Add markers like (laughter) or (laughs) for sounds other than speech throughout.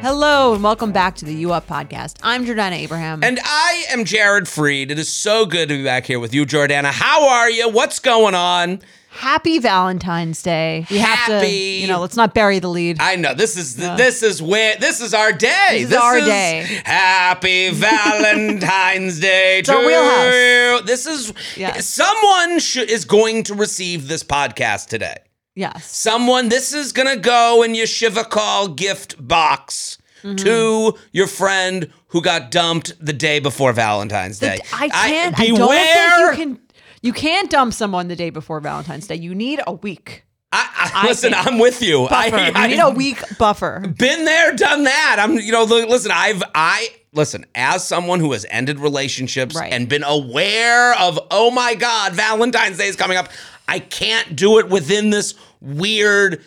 Hello and welcome back to the U Up podcast. I'm Jordana Abraham. And I am Jared Freed. It is so good to be back here with you, Jordana. How are you? What's going on? happy Valentine's Day. We have to, Happy- you know, let's not bury the lead. I know this is this is where this is our day. This is our day. (laughs) Happy Valentine's Day to our wheelhouse. you. This is Yes. someone should, is going to receive this podcast today. yes. Someone this is gonna go in your Shiva call gift box Mm-hmm. to your friend who got dumped the day before Valentine's Day. I can't, I, don't beware- think you can, you can't dump someone the day before Valentine's Day. You need a week. I, I, I listen, think- I'm with you. Buffer. I, you need I've a week (laughs) buffer. been there, done that. I'm, you know, li- listen, I've, I, listen, as someone who has ended relationships Right. and been aware of, oh my God, Valentine's Day is coming up, I can't do it within this weird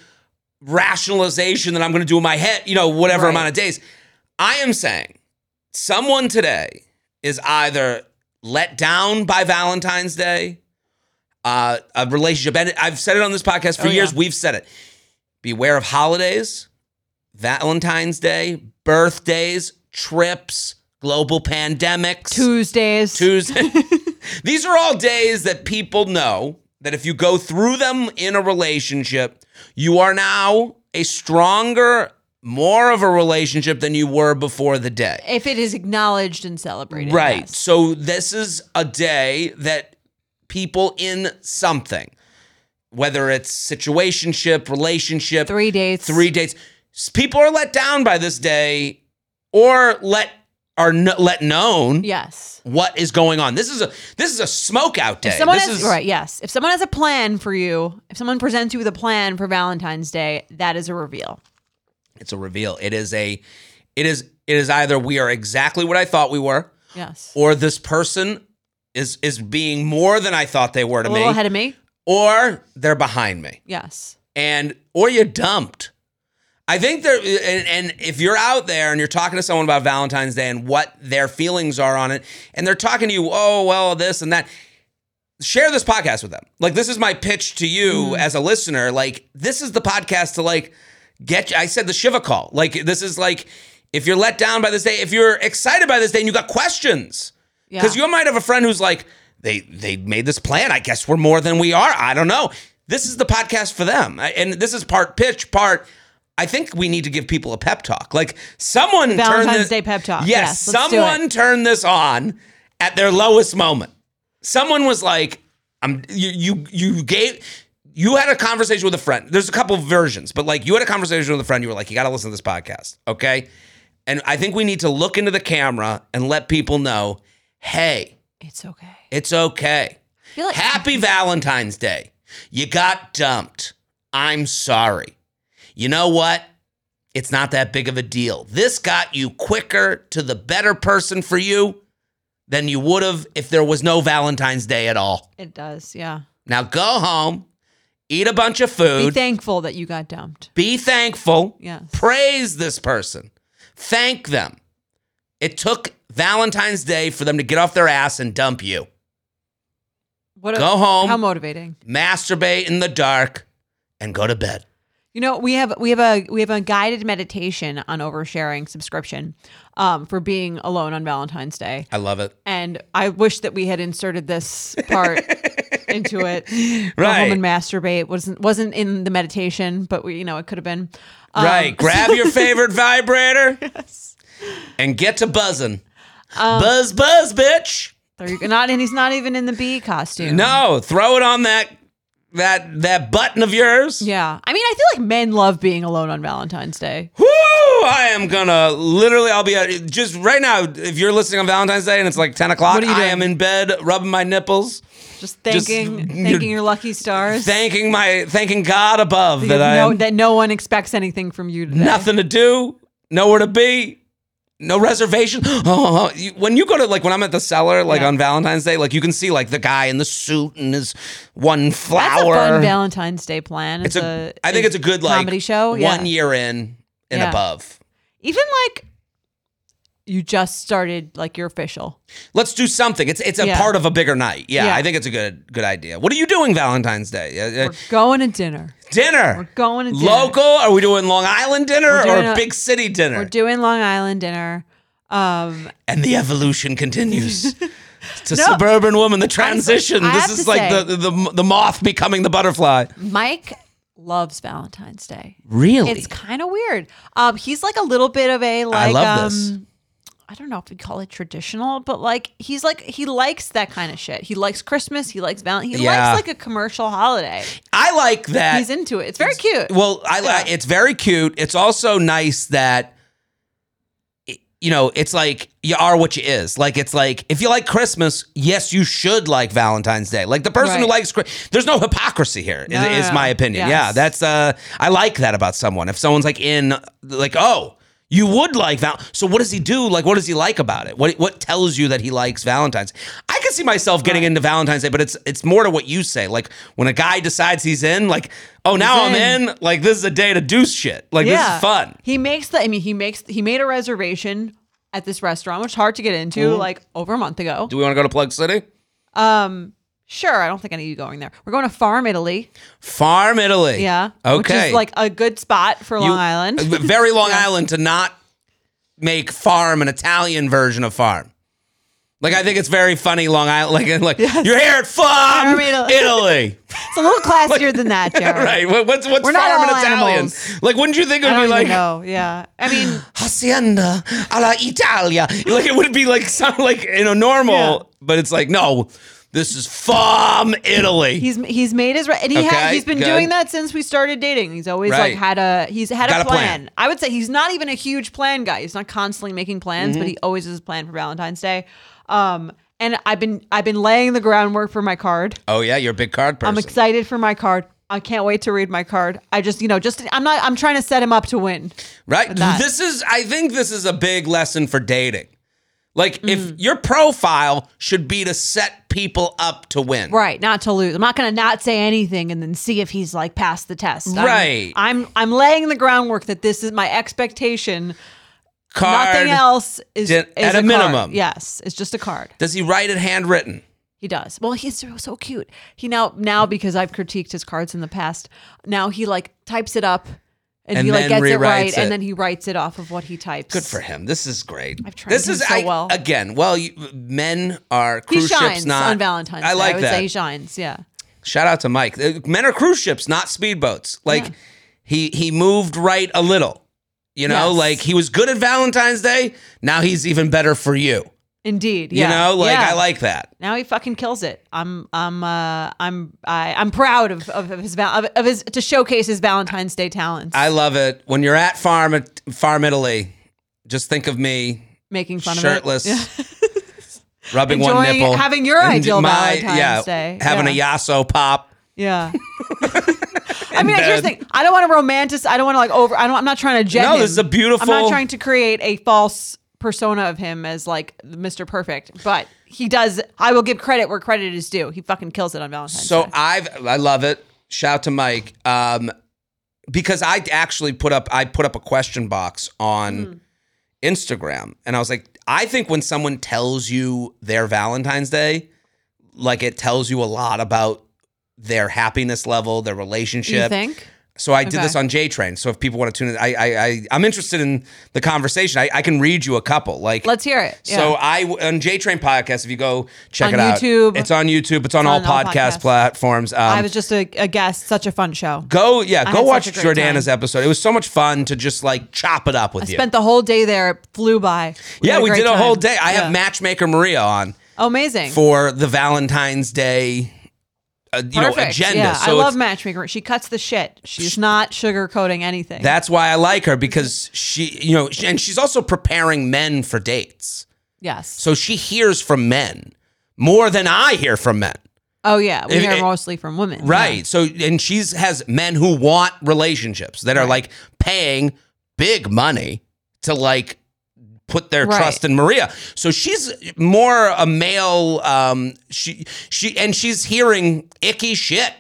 rationalization that I'm going to do in my head, you know, whatever Right. amount of days. I am saying someone today is either let down by Valentine's Day, uh, a relationship. And I've said it on this podcast for Oh, years. yeah. We've said it. Beware of holidays, Valentine's Day, birthdays, trips, global pandemics, Tuesdays. Tuesday. (laughs) These are all days that people know that if you go through them in a relationship, you are now a stronger, more of a relationship than you were before the day. if it is acknowledged and celebrated. Right. yes. So this is a day that people in something, whether it's situationship, relationship, Three dates. three dates, s- people are let down by this day, or let are kn- let known Yes. what is going on. This is a this is a smoke out day. If someone this has, is right, yes. If someone has a plan for you, if someone presents you with a plan for Valentine's Day, that is a reveal. It's a reveal. It is a it is it is either we are exactly what I thought we were, Yes. or this person is is being more than I thought they were to a little me, ahead of me. or they're behind me. Yes. and or you're dumped. I think there, and, and if you're out there and you're talking to someone about Valentine's Day and what their feelings are on it, and they're talking to you, oh well, this and that. Share this podcast with them. Like this is my pitch to you as a listener. Like this is the podcast to like get. I said the Shiva call. Like this is like if you're let down by this day, if you're excited by this day, and you got questions. Yeah. Because you might have a friend who's like, they they made this plan. I guess we're more than we are. I don't know. This is the podcast for them, I- and this is part pitch, part. I think we need to give people a pep talk. Like someone turn Valentine's this, Day pep talk. Yes, Yes, let's do it. someone turned this on at their lowest moment. Someone was like, "I'm you you you gave." You had a conversation with a friend. There's a couple versions, but like you had a conversation with a friend. You were like, you got to listen to this podcast. Okay. And I think we need to look into the camera and let people know hey, It's okay. it's okay. feel like- Happy Valentine's Day. You got dumped. I'm sorry. You know what? It's not that big of a deal. This got you quicker to the better person for you than you would have if there was no Valentine's Day at all. It does, yeah. Now go home, eat a bunch of Be food, thankful that you got dumped. be thankful, Yes. praise this person, thank them. It took Valentine's Day for them to get off their ass and dump you. What a- Go home. How motivating. masturbate in the dark, and go to bed. You know, we have we have a we have a guided meditation on oversharing subscription um, for being alone on Valentine's Day. I love it. And I wish that we had inserted this (laughs) part into it. Go Right. home and masturbate wasn't wasn't in the meditation, but we you know it could have been. Um, right. Grab (laughs) your favorite vibrator and get to buzzing. Um, buzz, buzz, bitch. There you go. Not and he's not even in the bee costume. No, throw it on that that that button of yours. Yeah. I mean, I feel like men love being alone on Valentine's Day. Woo! I am gonna literally. I'll be uh, just right now. If you're listening on Valentine's Day and it's like ten o'clock, What are you I doing? am in bed rubbing my nipples, Just thanking thanking your lucky stars. thanking my thanking God above (laughs) that I no, am that no one expects anything from you today. nothing to do, nowhere to be, no reservation. (gasps) Oh, you, when you go to like when I'm at the cellar, like Yeah. on Valentine's Day, like you can see like the guy in the suit and his one flower. That's a fun Valentine's Day plan. it's a, I think it's a good like comedy show. Yeah. One year in and Yeah. above. Even like you just started like your official. Let's do something. It's it's a Yeah. part of a bigger night. Yeah, Yeah. I think it's a good good idea. What are you doing Valentine's Day? Uh, (laughs) uh, We're going to dinner. dinner. We're going to dinner. Local? Are we doing Long Island dinner We're doing or a- big city dinner? We're doing Long Island dinner. Um, and the evolution (laughs) continues. to suburban woman, the transition. I this have is to like say- the, the the moth becoming the butterfly. Mike loves Valentine's Day. Really? It's kind of weird. Um, he's like a little bit of a like. love um, this. I don't know if we call it traditional, but like he's like he likes that kind of shit. He likes Christmas. He likes Valentine. He Yeah. likes like a commercial holiday. I like that. He's into it. It's very cute. well, I like it's very cute. It's also nice that i- you know, it's like you are what you is. Like it's like if you like Christmas, yes, you should like Valentine's Day. Like the person who Right. likes Chris- there's no hypocrisy here. Is No, no, is no. my opinion. Yes. Yeah, that's uh I like that about someone. If someone's like in like, "Oh, you would like that." So what does he do? Like what does he like about it? What what tells you that he likes Valentine's? I can see myself getting into Valentine's Day, but it's it's more to what you say. Like when a guy decides he's in, like, "Oh, now in. I'm in." Like this is a day to do shit. Like this is fun. He makes the. I mean, he makes he made a reservation at this restaurant, which is hard to get into, like over a month ago. Do we want to go to Plug City? Um, sure. I don't think I need you going there. We're going to Farm Italy. Farm Italy. Yeah. Okay. Which is like a good spot for You- (laughs) Long Island. Very Long Island to not make farm an Italian version of farm. Like I think it's very funny Long Island. Like, like you're here at farm Farm Italy. Italy, (laughs) It's a little classier than that, Jared. right? What- What's what's We're not farm in all Italian? animals. Like wouldn't you think it I would don't be like even know. Yeah. I mean, hacienda alla Italia? Like it would be like sound like you know normal, but it's like no, this is farm Italy. he's he's made his re- and he ha- Okay, he's been good. doing that since we started dating. He's always Right. like had a he's had Got a a plan. plan. I would say he's not even a huge plan guy. He's not constantly making plans, Mm-hmm. but he always has a plan for Valentine's Day. Um and I've been I've been laying the groundwork for my card. oh yeah, you're a big card person. I'm excited for my card. I can't wait to read my card. I just, you know, just I'm not I'm trying to set him up to win. Right? that. This is I think this is a big lesson for dating. Like Mm. if your profile should be to set people up to win. Right, not to lose. I'm not going to not say anything and then see if he's like passed the test. I'm- Right. I'm I'm laying the groundwork that this is my expectation. Card. Nothing else is, Di- is at a card. minimum. Yes, it's just a card. Does he write it handwritten? He does. Well, he's so, so cute. He now now because I've critiqued his cards in the past. Now he like types it up and, And he like then gets it rewrites right it. and then he writes it off of what he types. Good for him. This is great. I've tried this him is so well. again. Well, you, men are He cruise ships shines not on Valentine's I Day. like I would that. say he shines. Yeah. Shout out to Mike. Uh, Men are cruise ships, not speedboats. Like he he moved right a little. You know, Yes. like he was good at Valentine's Day. Now he's even better for you. Indeed. You Yeah. know, like Yeah. I like that. Now he fucking kills it. I'm I'm uh I'm I, I'm proud of of, of his val- of, of his to showcase his Valentine's Day talents. I love it. When you're at Farm Farm Italy, just think of me making fun shirtless, of it. (laughs) rubbing one Enjoying- nipple, having your and ideal my- Valentine's yeah, Day. having a yasso pop. (laughs) Yeah. I mean, here's the bed. thing. I don't want to romantic. I don't want to like over. I don't. I'm not trying to jet. No, him. this is a beautiful- I'm not trying to create a false persona of him as like Mr. Perfect, but he does. I will give credit where credit is due. He fucking kills it on Valentine's. So Day. I've I love it. Shout out to Mike. Um, because I actually put up I put up a question box on Hmm. Instagram and I was like, I think when someone tells you their Valentine's Day, like it tells you a lot about their happiness level, their relationship. you think? So I did this Okay. on J Train. So if people want to tune in, I I, I I'm interested in the conversation. I, I can read you a couple. Like Let's hear it. Yeah. So I on J Train podcast. If you go check On it out, YouTube. It's on YouTube. It's on, all on all podcast podcasts. platforms. Um, I was just a, a guest. Such a fun show. go yeah go had watch such a great Jordana's time. episode. It was so much fun to just like chop it up with you. Spent the whole day there. It flew by. yeah, had we great did a whole time. day. I Yeah. have Matchmaker Maria on Oh, amazing. for the Valentine's Day, uh, you know, Perfect. agenda. Yeah, so I it's- love matchmaker. She cuts the shit. She's not sugarcoating anything. that's why I like her because she, you know, and she's also preparing men for dates. yes. So she hears from men more than I hear from men. Oh yeah, we If- hear it- mostly from women. Right. So and she's has men who want relationships that are like paying big money to like put their Right. trust in Maria. So she's more a male um she she and she's hearing icky shit.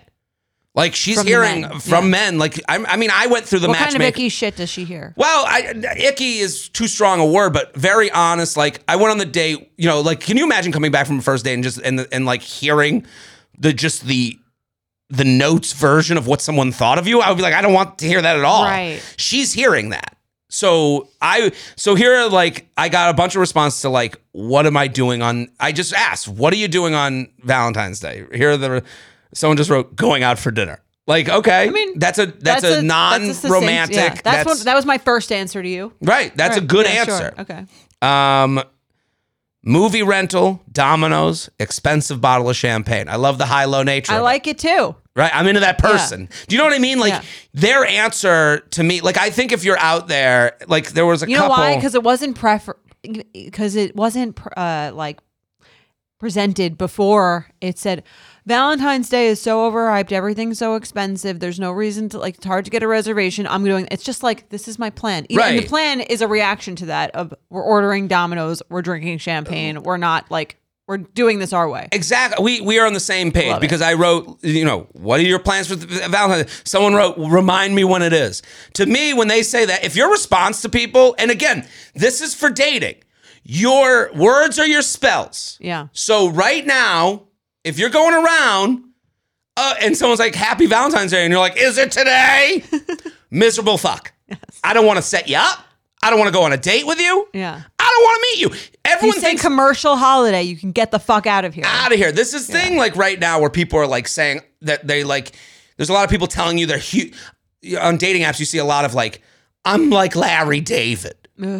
Like she's From the hearing men, from yeah. men like I I mean I went through the What kind of matchmaking icky shit does she hear? well, I, icky is too strong a word, but very honest. Like I went on the date, you know, like can you imagine coming back from a first date and just and and like hearing the just the the notes version of what someone thought of you? I would be like, I don't want to hear that at all. Right. She's hearing that. So I so here are, like I got a bunch of responses to like what am I doing on I just asked what are you doing on Valentine's Day here are the someone just wrote going out for dinner like okay I mean, that's a that's, a, succinct- non-romantic yeah, that's, what, that was my first answer to you. Right. That's a Right, good yeah, sure, answer. Okay. Um, movie rental, Domino's, expensive bottle of champagne. I love the high low nature. I of it, like it too. right. I'm into that person. Do you know what I mean? Like Yeah. their answer to me. Like I think if you're out there, like there was a You know couple. why? Because it wasn't prefer. Because it wasn't pr- uh, like presented before. It said Valentine's Day is so overhyped. Everything's so expensive. There's no reason to like. It's hard to get a reservation. I'm doing. It's just like this is my plan. Even- And Right. the plan is a reaction to that. Of we're ordering Domino's. We're drinking Oh. champagne. We're not like we're doing this our way. Exactly. We we are on the same page Love it. because I wrote, you know, what are your plans for th- Valentine's? Someone wrote, remind me when it is. To me, when they say that, if your response to people, and again, this is for dating, your words are your spells. Yeah. So right now, if you're going around uh, and someone's like, Happy Valentine's Day, and you're like, Is it (laughs) today? Miserable fuck. I don't want to set you up. I don't want to go on a date with you. Yeah. I don't want to meet you. You Everyone say thinks commercial holiday. You can get the fuck out of here. out of here. This is thing like right now where people are like saying that they like. There's a lot of people telling you they're huge on dating apps. You see a lot of like, I'm like Larry David, and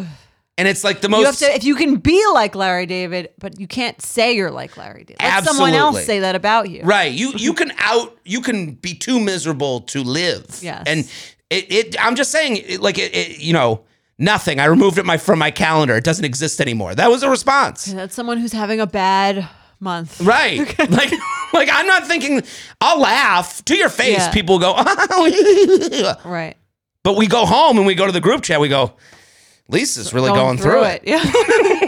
it's like the most. You have to, if you can be like Larry David, but you can't say you're like Larry David. Let someone Absolutely. else say that about you. Right. You you can out you can be too miserable to live. Yes. And it, it I'm just saying it, like it, it you know nothing. I removed it my from my calendar. It doesn't exist anymore. That was a (laughs) response. That's someone who's having a bad month. Right. Like (laughs) like I'm not thinking I'll laugh to your face. Yeah. People go (laughs) Right. but we go home and we go to the group chat. We go Lisa's really going, through, it. Yeah. (laughs)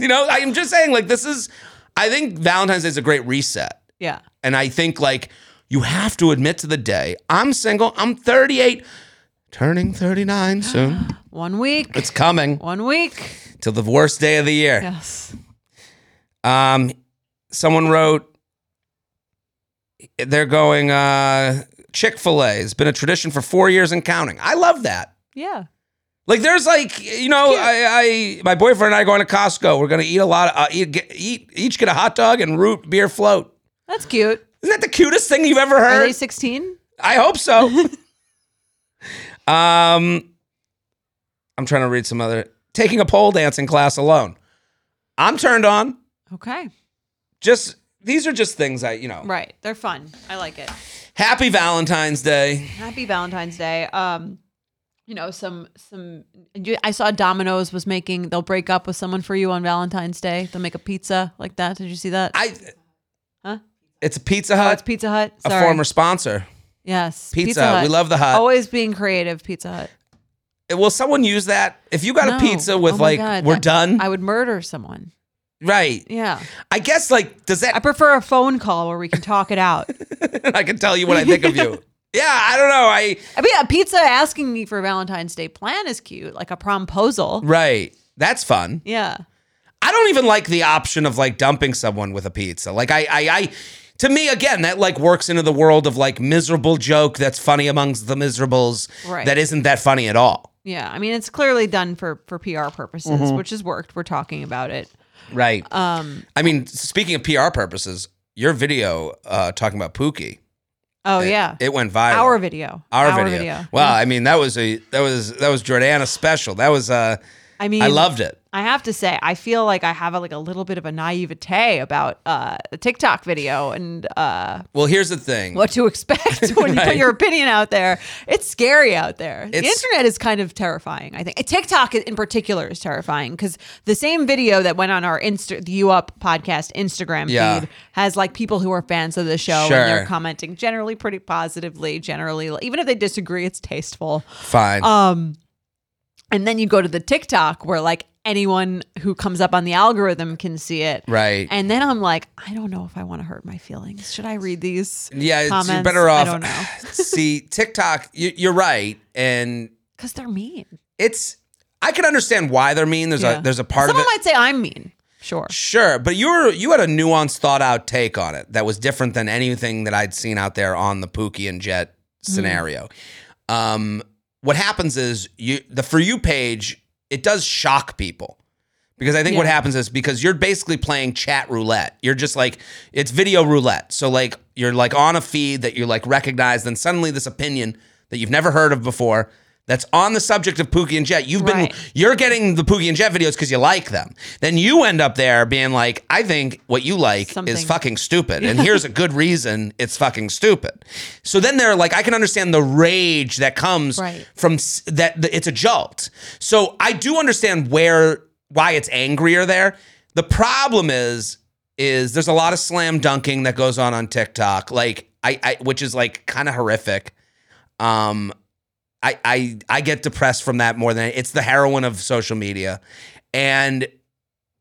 You know, I am just saying like this is I think Valentine's Day is a great reset. yeah. And I think like you have to admit to the day, I'm single, I'm 38, turning 39 soon. (gasps) One week. It's coming one week. till the worst day of the year. Yes. Um someone wrote they're going uh Chick-fil-A has been a tradition for 4 years and counting. I love that. Yeah. Like there's like you know I, I my boyfriend and I are going to Costco. We're going to eat a lot of uh, eat, get, eat each get a hot dog and root beer float. That's cute. Isn't that the cutest thing you've ever heard? Are they 16? I hope (laughs) so. um, I'm trying to read some other. Taking a pole dancing class alone. I'm turned on. Okay. Just these are just things I, you know. Right. They're fun. I like it. Happy Valentine's Day. Happy Valentine's Day. Um, you know, some some. You, I saw Domino's was making. They'll break up with someone for you on Valentine's Day. They'll make a pizza like that. Did you see that? I. Huh? It's a Pizza Oh, it's Hut, Pizza Hut. a Sorry. former sponsor. yes, Pizza, Hut. We love the Hut. always being creative. Pizza Hut. Will someone use that? If you got No. a pizza with Oh my like God. we're I- done, I would murder someone. right? Yeah, I guess like does I that? prefer a phone call where we can talk it out. (laughs) I can tell you what I think of you. Yeah, I don't know. I (laughs) I mean, a pizza asking me for a Valentine's Day plan is cute, like a promposal. right. That's fun. Yeah, I don't even like the option of like dumping someone with a pizza. Like I, I, I to me again, that like works into the world of like miserable joke that's funny amongst the miserables Right. that isn't that funny at all. yeah. I mean, it's clearly done for for PR purposes, Mm-hmm. which has worked. We're talking about it. Right. Um. I mean, speaking of PR purposes, your video uh talking about Pookie, Oh yeah. it went viral. our video. Mm-hmm. Our video. Wow, I mean that was a that was that was Jordana special. That was uh I mean, I loved it. I have to say, I feel like I have a, like a little bit of a naivete about uh, the TikTok video and uh, Well, here's the thing. what to (laughs) expect when you put Right. your opinion out there. It's scary out there. the It's- internet is kind of terrifying. I think TikTok in particular is terrifying because the same video that went on our Insta, the You Up podcast Instagram Yeah. feed has like people who are fans of the show and Sure. they're commenting generally pretty positively. Generally, even if they disagree, it's tasteful. Fine. Um, and then you go to the TikTok where like anyone who comes up on the algorithm can see it. right. And then I'm like, I don't know if I want to hurt my feelings. Should I read these? yeah, it's, you're comments, better I off. don't know. (laughs) See, TikTok, you, you're right, and Because they're mean. it's. I can understand why they're mean. There's Yeah. a there's a part Someone of it. might say I'm mean. Sure. Sure, but you were you had a nuanced, thought out take on it that was different than anything that I'd seen out there on the Pookie and Jet scenario. Um, what happens is you the for you page it does shock people because I think what Yeah. happens is because you're basically playing chat roulette. You're just like it's video roulette. So like you're like on a feed that you like recognize, then suddenly this opinion that you've never heard of before. That's on the subject of Pookie and Jet. You've been Right. you're getting the Pookie and Jet videos because you like them. Then you end up there being like, I think what you like is Something. fucking stupid. And here's a good reason it's fucking stupid. So then they're like, I can understand the rage that comes Right. from s- that, that it's a jolt. So I do understand where, why it's angrier there. The problem is, is there's a lot of slam dunking that goes on on TikTok, like I, I which is like kind of horrific. Um, I, I I get depressed from that more than it's the heroin of social media. And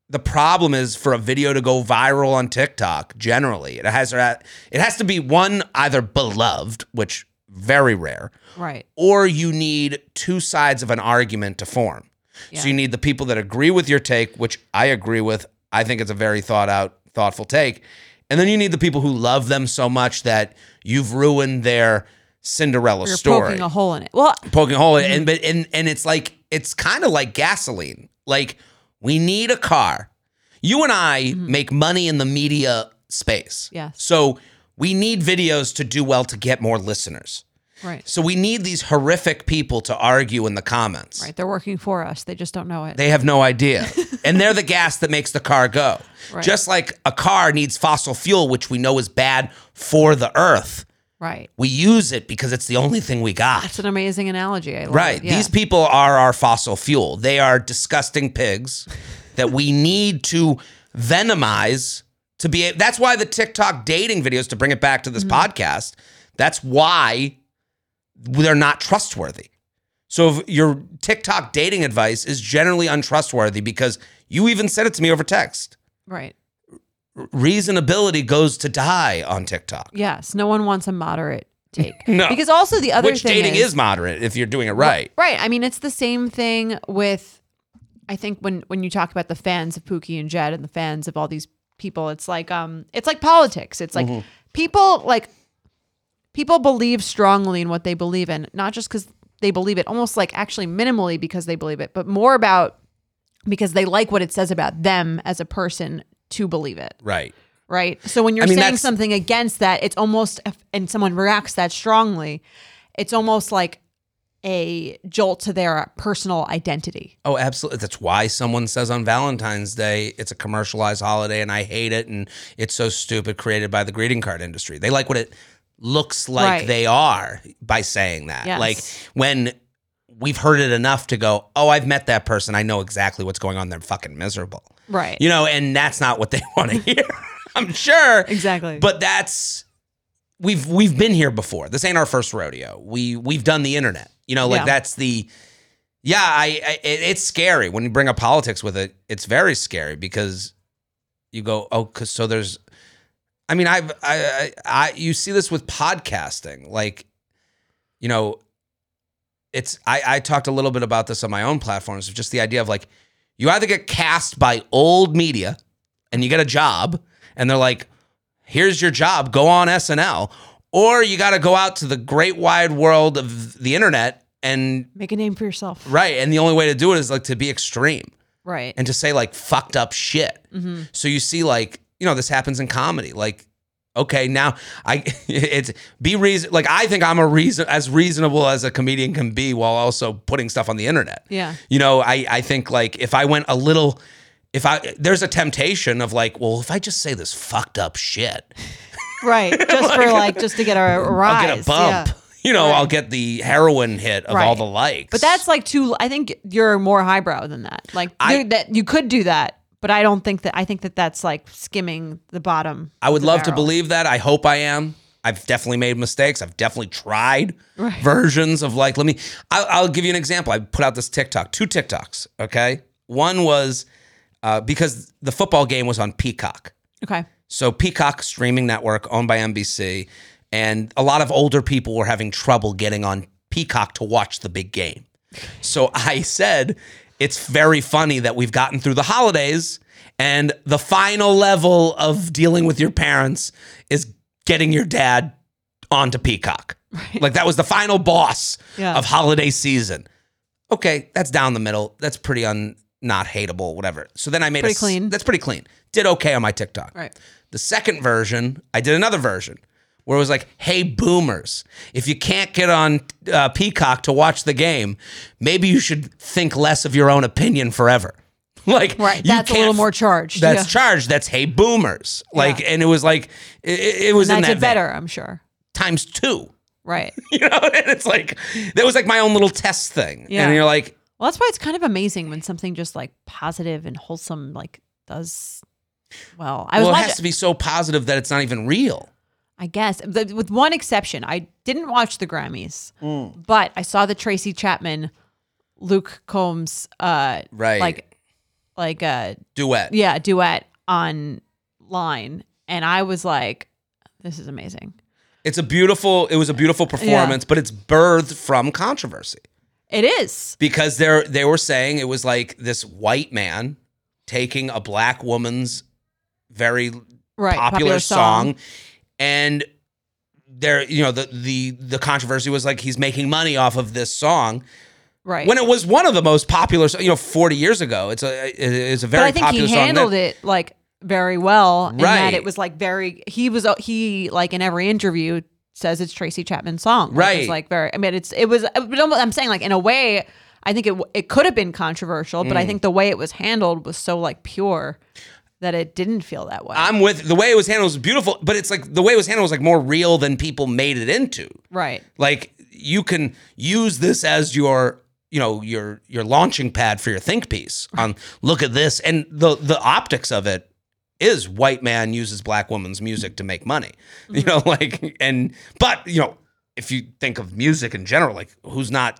the problem is for a video to go viral on TikTok generally, it has it has to be one either beloved, which very rare, Right. or you need two sides of an argument to form. Yeah. So you need the people that agree with your take, which I agree with. I think it's a very thought out, thoughtful take. And then you need the people who love them so much that you've ruined their Cinderella You're story poking a hole in it. Well, poking a hole Mm-hmm. in and but and and it's like it's kind of like gasoline like we need a car you and i make money in the media space Mm-hmm. Yes. so we need videos to do well to get more listeners right. so we need these horrific people to argue in the comments Right. They're working for us. They just don't know it. they have no (laughs) idea. and they're the gas that makes the car go. Right. Just like a car needs fossil fuel, which we know is bad for the earth, right. we use it because it's the only thing we got. It's an amazing analogy. I love Right. it. Yeah. These people are our fossil fuel. They are disgusting pigs that we need to venomize to be. That's why the TikTok dating videos, to bring it back to this Mm-hmm. podcast, that's why they're not trustworthy. So if your TikTok dating advice is generally untrustworthy because you even said it to me over text. right. Reasonability goes to die on TikTok. Yes. No one wants a moderate (laughs) take. No. Because also the other Which thing dating is is moderate if you're doing it right. Right. I mean, it's the same thing with I think when when you talk about the fans of Pookie and Jed and the fans of all these people, it's like um it's like politics. It's like people like people believe strongly in what they believe in, not just cuz they believe it, almost like actually minimally because they believe it, but more about because they like what it says about them as a person to believe it Right. right? So when you're I mean, saying that's- something against that, it's almost and someone reacts that strongly, it's almost like a jolt to their personal identity. Oh, absolutely. That's why someone says on Valentine's Day it's a commercialized holiday and I hate it and it's so stupid created by the greeting card industry. They like what it looks like Right. they are by saying that. Yes. Like when we've heard it enough to go, "Oh, I've met that person. I know exactly what's going on. They're fucking miserable." Right. You know, and that's not what they (laughs) want to hear. I'm sure. exactly. But that's we've we've been here before. This ain't our first rodeo. We we've done the internet. You know, like Yeah. that's the yeah. I, I it, it's scary when you bring up politics with it. It's very scary because you go oh, 'cause- so there's. I mean, I've I, I I you see this with podcasting, like you know, it's I I talked a little bit about this on my own platforms of just the idea of like you either get cast by old media and you get a job and they're like here's your job go on SNL or you got to go out to the great wide world of the internet and make a name for yourself. right and the only way to do it is like to be extreme Right. and to say like fucked up shit so you see like you know this happens in comedy like okay now i (laughs) it's be reason like i think i'm a reason as reasonable as a comedian can be while also putting stuff on the internet Yeah. you know i i think like if i went a little if i there's a temptation of like well if i just say this fucked up shit (laughs) Right. Just for like just to get a, a i'll rise. get a bump yeah. (laughs) you know i'll get the heroin hit of all Right. the likes But that's like too. I think you're more highbrow than that. Like I- there- that you could do that, but I don't think that. I think that that's like skimming the bottom. I would of the love to barrel. believe that. I hope I am. I've definitely made mistakes. I've definitely tried Right. versions of like, let me, I'll, I'll give you an example. I put out this TikTok, two TikToks, okay? One was uh, because the football game was on Peacock. Okay. So Peacock streaming network owned by NBC, and a lot of older people were having trouble getting on Peacock to watch the big game. So (laughs) I said, it's very funny that we've gotten through the holidays and the final level of dealing with your parents is getting your dad onto Peacock. Like that was the final boss Yeah. of holiday season. Okay, that's down the middle. That's pretty un not hateable, whatever. So then I made a Pretty s- clean. That's pretty clean. Did okay on my TikTok. Right. The second version, I did another version where it was like, hey, boomers, if you can't get on uh, Peacock to watch the game, maybe you should think less of your own opinion forever. (laughs) Like, Right. you That's a little can't- more charged. That's yeah. charged. That's hey, boomers. Like, and it was like, it, it- it was And in I that did vein. better. I'm sure. times two. (laughs) Right. You know, and it's like, that was like my own little test thing. Yeah. And you're like, Well, that's why it's kind of amazing when something just like positive and wholesome like does. Well, I was well, it watching. has to be so positive that it's not even real. I guess th- with one exception, I didn't watch the Grammys, Mm. but I saw the Tracy Chapman, Luke Combs, uh, Right. like, like uh, Duet. yeah, duet online, and I was like, this is amazing. It's a beautiful. It was a beautiful performance, but it's birthed from controversy It is because they they were saying it was like this white man taking a black woman's very right popular, song. and there you know the the the controversy was like he's making money off of this song right? when it was one of the most popular so- you know 40 years ago it's a it's a but very I think popular he song handled it like very well, and Right. that it was like very he was uh, he like in every interview says it's Tracy Chapman's song, Like, Right. It's like very. I mean, it's it was. uh, But almost, I'm saying like in a way, I think it w- it could have been controversial, Mm. but I think the way it was handled was so like pure that it didn't feel that way, i'm with the way it was handled was beautiful but it's like the way it was handled was like more real than people made it into right? like you can use this as your you know your your launching pad for your think piece on look at this and the the optics of it is white man uses black woman's music to make money (laughs) you know like and but you know if you think of music in general like who's not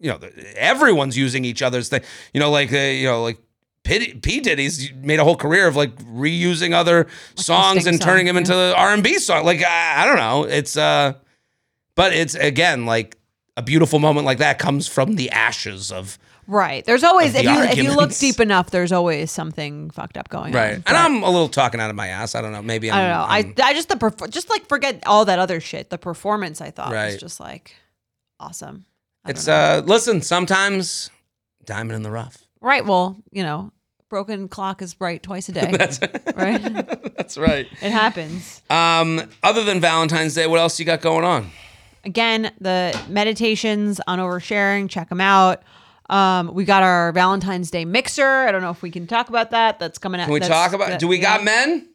you know everyone's using each other's thing you know like uh, you know like P, P Diddy's made a whole career of like reusing other songs and distinct turning songs, them yeah. into the R and B song. Like I, I don't know, it's uh, but it's again like a beautiful moment like that comes from the ashes of Right. There's always the if you if you look arguments. deep enough, there's always something fucked up going on. And I'm a little talking out of my ass. I don't know. Maybe I'm, I don't know. I'm- I I just the perf- just like forget all that other shit. The performance I thought Right. was just like awesome. I don't it's know. uh listen. Sometimes diamond in the (laughs) rough. right. Well, you know, broken clock is right twice a day. (laughs) That's right. that's right. It happens. Um, other than Valentine's Day, what else you got going Uh, on? Again, the meditations on oversharing. Check them out. Um, we got our Valentine's Day mixer. I don't know if we can talk about that. That's coming out. Can we that's- talk about? that- do we yeah. got men?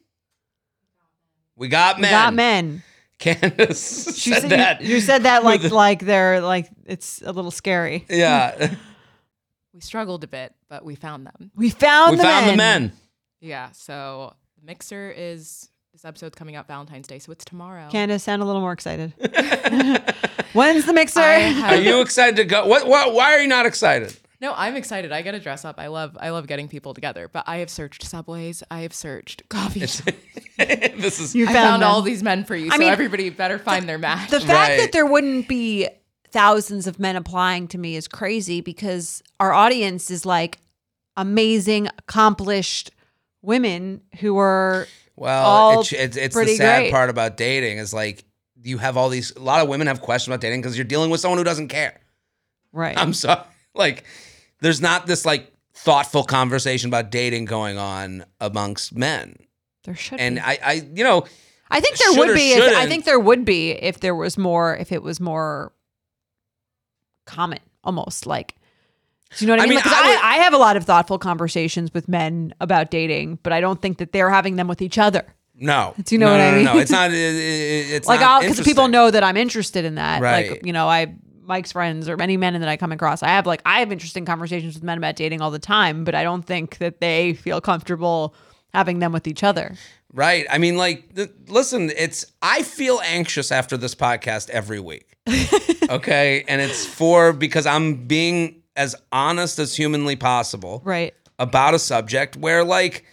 We got men. We got men. Candace She said said- (laughs) you- that. You, said that like like they're like it's a little scary. (laughs) (laughs) yeah, we struggled a bit, but we found them. We found, we the, found men. the men. Yeah. So the mixer is this episode's coming out Valentine's Day, so it's tomorrow. Candace, sound a little more excited. (laughs) When's the mixer? I Are have- you excited to go? What? What? Why are you not excited? (laughs) No, I'm excited. I gotta dress up. I love I love getting people together. But I have searched subways. I have searched coffee. shops. this is you I found them. all these men for you. I so mean, everybody better find their match. The fact Right. that there wouldn't be thousands of men applying to me is crazy because our audience is like amazing, accomplished women who are Well, all it, it's it's the pretty sad great. part about dating is like you have all these. A lot of women have questions about dating because you're dealing with someone who doesn't care. right. (laughs) I'm sorry. Like, there's not this like thoughtful conversation about dating going on amongst men, there should and be. I, I, you know, I think there Should or would be. If, I shouldn't. think there would be if there was more. If it was more common, almost like. Do you know what I, I mean? mean, Because I I, would- I have a lot of thoughtful conversations with men about dating, but I don't think that they're having them with each other. No, Do you know no, what no, I no, no. mean? It's not. It, it, it's like not because people interesting. know that I'm interested in that. Right. Like you know, I Mike's friends or any men that I come across, I have like I have interesting conversations with men about dating all the time, but I don't think that they feel comfortable having them with each other. Right. I mean, like, th- listen, it's, I feel anxious after this podcast every (laughs) week. okay. And it's for, because I'm being as honest as humanly possible Right. about a subject where, like,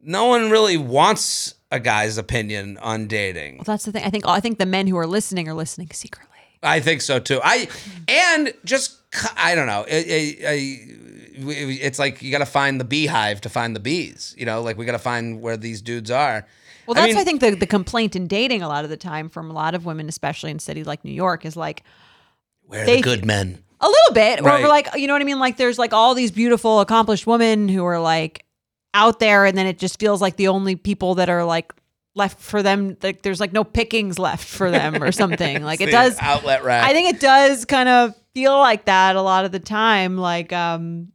no one really wants a guy's opinion on dating. Well, that's the thing. I think I think the men who are listening are listening secretly. I think so too. I, and just, c- I don't know. It, it, I, it's like you got to find the beehive to find the bees. You know, like we got to find where these dudes are. Well, that's mean- I think the the complaint in dating a lot of the time from a lot of women, especially in cities like New York, is like Where are They- the good men? a little bit, Right. or we're like you know what I mean. Like there's like all these beautiful, accomplished women who are like out there, and then it just feels like the only people that are like left for them. Like there's like no pickings left for them or something. (laughs) Like it The does. outlet rack. I think it does kind of feel like that a lot of the time. Like, um,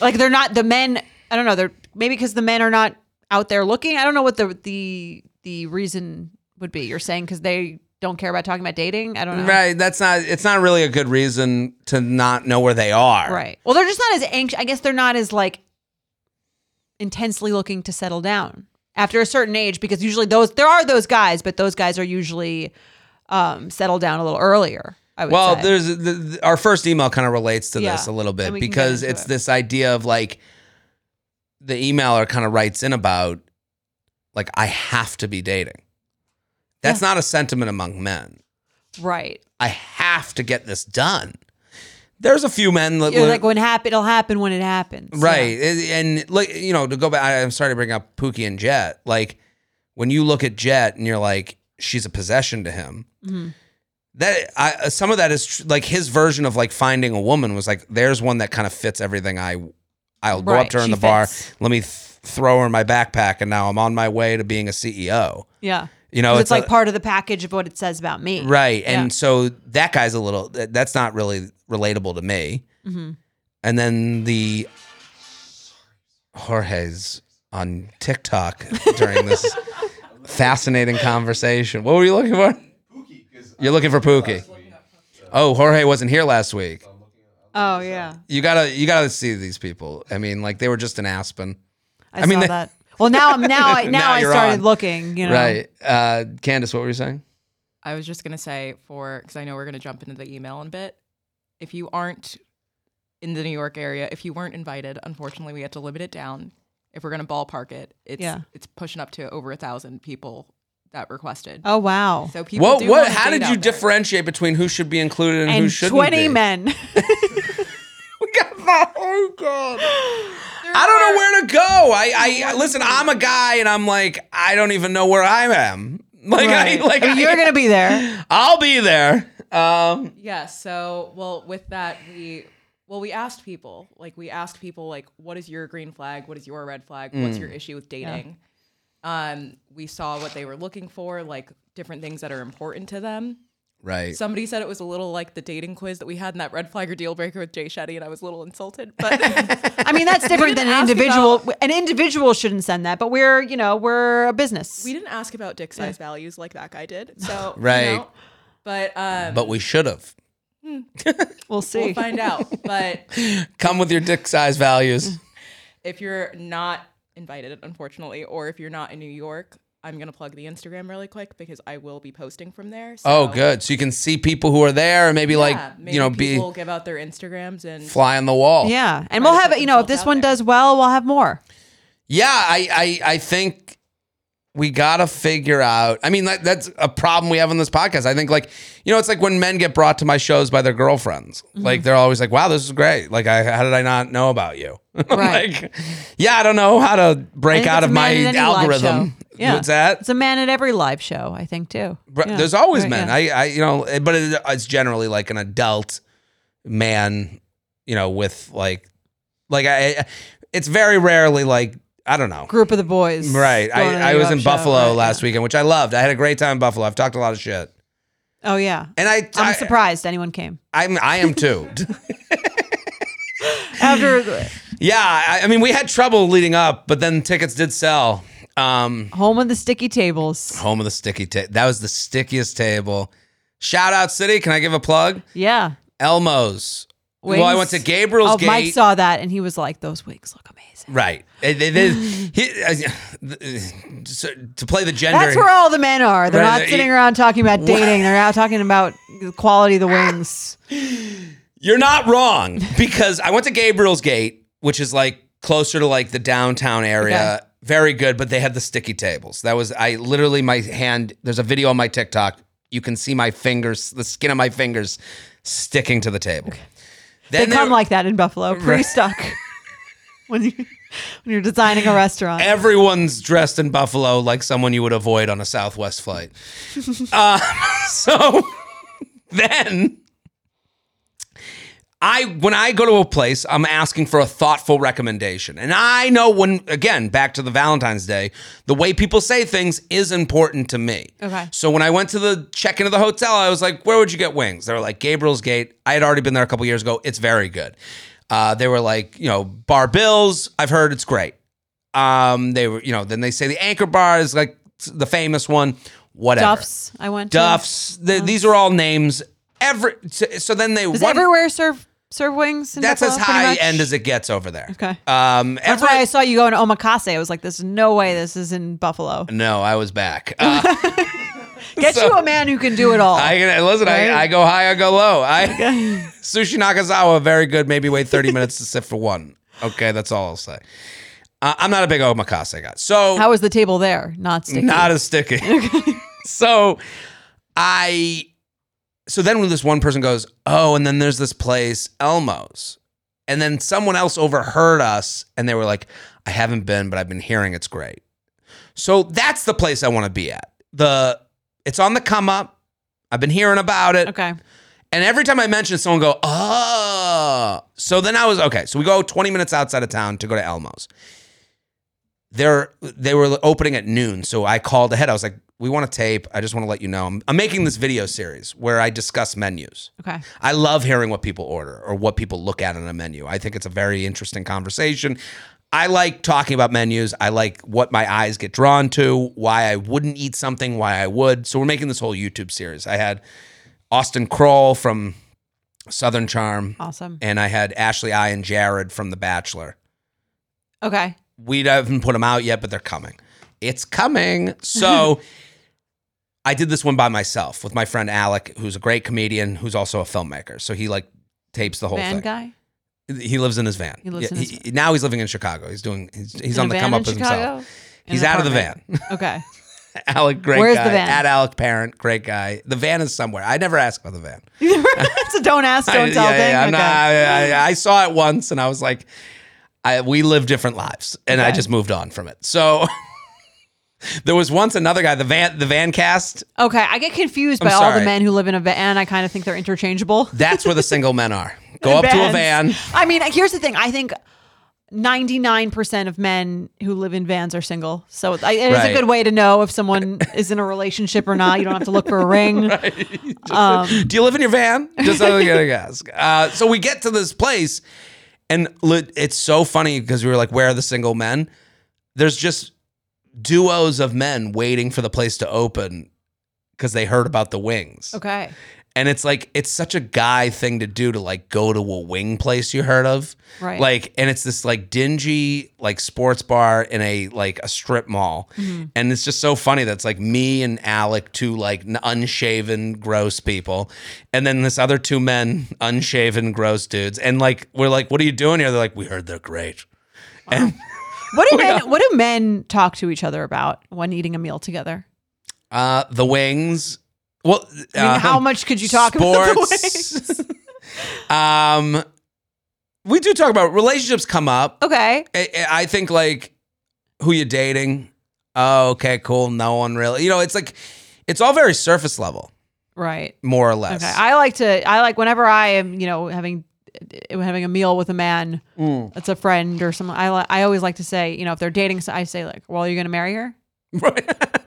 like they're not the men. I don't know. They're maybe because the men are not out there looking. I don't know what the the the reason would be. You're saying because they don't care about talking about dating. I don't know. Right. That's not. It's not really a good reason to not know where they are. Right. Well, they're just not as anxious. I guess they're not as like intensely looking to settle down after a certain age because usually those there are those guys, but those guys are usually um settled down a little earlier. I would Well, say. there's the, the- our first email kind of relates to this a uh, Yeah. little bit And we can get because into it's it. this idea of like the emailer kind of writes in about like I have to be dating. That's not a sentiment among men. right. I have to get this done. There's a few men that You're like when happen it'll happen when it happens. Right. And, and, like, you know, to go back, I, I'm sorry to bring up Pookie and Jet. Like, when you look at Jet and you're like, she's a possession to him. Mm-hmm. That I, uh, some of that is tr- like his version of like finding a woman was like, there's one that kind of fits everything. I, I'll go up Right, to her in she the bar. fits. Let me th- throw her in my backpack, and now I'm on my way to being a CEO. Yeah. You know, 'Cause Oh, it's, it's, like a- part of the package of what it says about me. Right. And Yeah. so that guy's a little, that- that's not really relatable to me. Mm-hmm. And then the Jorge's on TikTok during (laughs) this fascinating conversation. What were you looking for? You're looking for Pookie. Oh, Jorge wasn't here last week. Oh yeah. You gotta, you gotta see these people. I mean, like they were just in Aspen, I, I mean, saw they- that. Well, now I'm (laughs) now I now, Now I you're started on. looking, you know. right? Uh, Candace, what were you saying? I was just gonna say for because I know we're gonna jump into the email in a bit. If you aren't in the New York area, if you weren't invited, unfortunately, we had to limit it down. If we're gonna ballpark it, it's Yeah. it's pushing up to over a thousand people that requested. Oh wow. So people, What, do what? wanna How date did out you there. differentiate between who should be included and, who and shouldn't? 20 be? (laughs) men. We got the whole god. I don't know where to go. I, I listen. I'm a guy, and I'm like, I don't even know where I am. (laughs) Like, Right. I, like you're I, going to be there. I'll be there. Um, Yeah. So, well, with that, we well, we asked people like we asked people like, what is your green flag? What is your red flag? What's Mm. your issue with dating? Um, we saw what they were looking for, like different things that are important to them. right. Somebody said it was a little like the dating quiz that we had in that red flag or deal breaker with Jay Shetty, and I was a little insulted. (laughs) But I mean, (laughs) that's different than an ask individual. an individual shouldn't send that, but we're, you know, we're a business. we didn't ask about dick size values like that guy did. (laughs) So you Right. know, but um, but we should have we'll see. we'll find (laughs) out. But come with your dick size values. if you're not invited, unfortunately, or if you're not in New York, I'm gonna plug the Instagram really quick because I will be posting from there. So, Oh, good. So you can see people who are there, and maybe yeah, like maybe you know, people be give out their Instagrams and fly on the wall. yeah. And we'll to have, put you know, if themselves this out one there. does well, we'll (laughs) have more. Yeah, I, I, I think we gotta figure out. I mean, that, that's a problem we have on this podcast. I think, like, you know, it's like when men get brought to my shows by their girlfriends. Mm-hmm. Like, they're always like, "Wow, this is great! Like, I, how did I not know about you?" (laughs) Right. like, yeah, I don't know how to break think out that's of a man my in any live algorithm. show. Yeah. What's that? It's a man at every live show, I think, too. Br- Yeah. There's always Right, men. yeah. I, I, you know, eh, but it, it's generally like an adult man, you know, with like, like I, I- it's very rarely like I don't know. Group of the boys. Right. going to the I, I was UF in show, Buffalo right, yeah. last weekend, which I loved. I had a great time in Buffalo. I've talked a lot of shit. Oh yeah. And I, I'm I- surprised anyone came I'm, I am (laughs) too. (laughs) after the- yeah. I, I mean, we had trouble leading up, but then tickets did sell. Um, home of the sticky tables. home of the sticky table. That was the stickiest table. Shout out city. Can I give a plug? Yeah. Elmo's. Well, I went to Wings. Gabriel's oh, Gate. Mike saw that and he was like, "Those wigs look amazing." Right. They- they- they- he- (laughs) uh, so, to play the gender. That's where all the men are. They're Right, not they- sitting around talking (laughs) about dating. They're out talking about the quality of the wings. You're not wrong because I went to Gabriel's Gate, which is like closer to like the downtown area. Very good, but they had the sticky tables. That was I literally my hand. There's a video on my TikTok. You can see my fingers, the skin of my fingers, sticking to the table. They Then come there- like that in Buffalo, pretty stuck. (laughs) when you when you're designing a restaurant, everyone's dressed in buffalo like someone you would avoid on a southwest flight (laughs) uh, (laughs) so (laughs) then i when i go to a place i'm asking for a thoughtful recommendation and i know when again back to the valentine's day the way people say things is important to me Okay. so when i went to the check-in of the hotel i was like where would you get wings they were like gabriel's gate i had already been there a couple years ago it's very good uh, they were like you know bar bills i've heard it's great um, they were, you know, then they say the anchor bar is like the famous one, whatever. Duff's. I went. to. Duff's. The, these are all names. Every so, so then they Does one- everywhere serve serve wings? In That's as Buffalo, pretty high much? end as it gets over there. Okay. Um, That's Everett- why I saw you go to omakase. I was like, "There's no way this is (laughs) in Buffalo." no, I was (laughs) back. Uh, Get So- you a man who can do it all. I listen. Right? I, I go high. I go low. (laughs) I (laughs) sushi Nakazawa, very good. Maybe wait thirty minutes to sit for one. Okay, that's all I'll say. Uh, I'm not a big omakase guy. So How was the table there? Not sticky. Not as sticky. so I so then when this one person goes, Oh, and then there's this place, Elmo's. And then someone else overheard us and they were like, I haven't been, but I've been hearing it's great. So that's the place I want to be at. The it's on the come up. I've been hearing about it. okay. And every time I mention it, someone go, oh. So then I was okay. So we go 20 minutes outside of town to go to Elmo's. They're they were opening at noon, so I called ahead. I was like, "We want to tape. I just want to let you know I'm, I'm making this video series where I discuss menus. Okay. I love hearing what people order or what people look at on a menu. I think it's a very interesting conversation. I like talking about menus. I like what my eyes get drawn to, why I wouldn't eat something, why I would. So we're making this whole YouTube series. I had Austin Kroll from Southern Charm, Awesome. and I had Ashley I and Jared from The Bachelor. Okay. We haven't put them out yet, but they're coming. It's coming. (laughs) So I did this one by myself with my friend Alec, who's a great comedian, who's also a filmmaker. So he like tapes the whole Man thing. guy. He lives in his van. He lives in his he- now he's living in Chicago. He's doing. He's, he's In on a the van come in up as himself. Chicago? In He's an out of the van. (laughs) apartment. Okay. (laughs) Alec, great Where's the guy. van? At Alec Parent, great guy. The van is somewhere. I never ask about the van. it's a don't (laughs) ask, I- don't tell yeah, thing. yeah, I'm okay. not- I, I- I saw it once and I was like, I, we live different lives, and I Okay. just moved on from it. So (laughs) there was once another guy, the van, the van cast. Okay, I get confused by all sorry. the men who live in a van. I kind of think they're interchangeable. That's where the single men (laughs) are. Go up to a Vans. van. I mean, here's the thing. I think 99% of men who live in vans are single. So I- it is Right. a good way to know if someone (laughs) is in a relationship or not. You don't have to look for (laughs) a ring. (laughs) Um, Do you live in your van? Just so you gotta ask. Uh, so we get to this place, and lit- it's so funny because we were like, "Where are the single men?" There's just duos of men waiting for the place to open because they heard about the wings. Okay. And it's like it's such a guy thing to do to like go to a wing place you heard of. Right. Like and it's this like dingy like sports bar in a like a strip mall. Mm-hmm. And it's just so funny that's like me and Alec two like n- unshaven gross people and then this other two men (laughs) unshaven gross dudes and like we're like what are you doing here? They're like we heard they're great. What do men what do men talk to each other about when eating a meal together? Uh the wings. Well I mean, how much could you talk about the wings? Uh, sports. um we do talk about relationships come up. (laughs) Okay. I, I- I think like who you dating. Oh, okay, cool. No one really. You know, it's like it's all very surface level, Right. more or less. Okay. I like to I like whenever I am, you know, having having a meal with a man that's a friend or someone. I li- I always like to say, you know, if they're dating, so I say like, well, are you going to marry her? (laughs)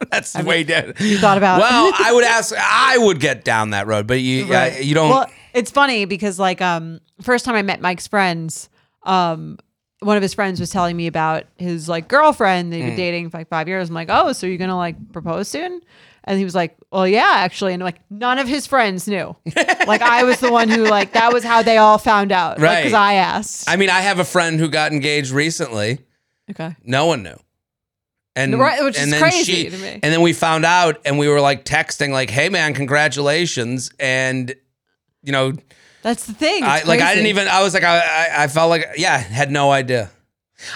That's the way dead. You thought about- Well, (laughs) I would ask. I would get down that road, but you uh, you don't. Well, it's funny because like um first time I met Mike's friends, um one of his friends was telling me about his like girlfriend they've been Mm. dating for like five years. I'm like, oh, so you're gonna like propose soon? And he was like, well, yeah, actually. And like none of his (laughs) friends knew. like I was the one who like that was how they all found out. Right. Because Right. I asked. I mean, I have a friend who got engaged recently. okay. No one knew. And, Right, which and is then crazy she, to me. And then we found out and we were like texting, like, hey man, congratulations. And you know, That's the thing. I It's like I crazy. didn't even I was like I, I I felt like yeah, had no idea.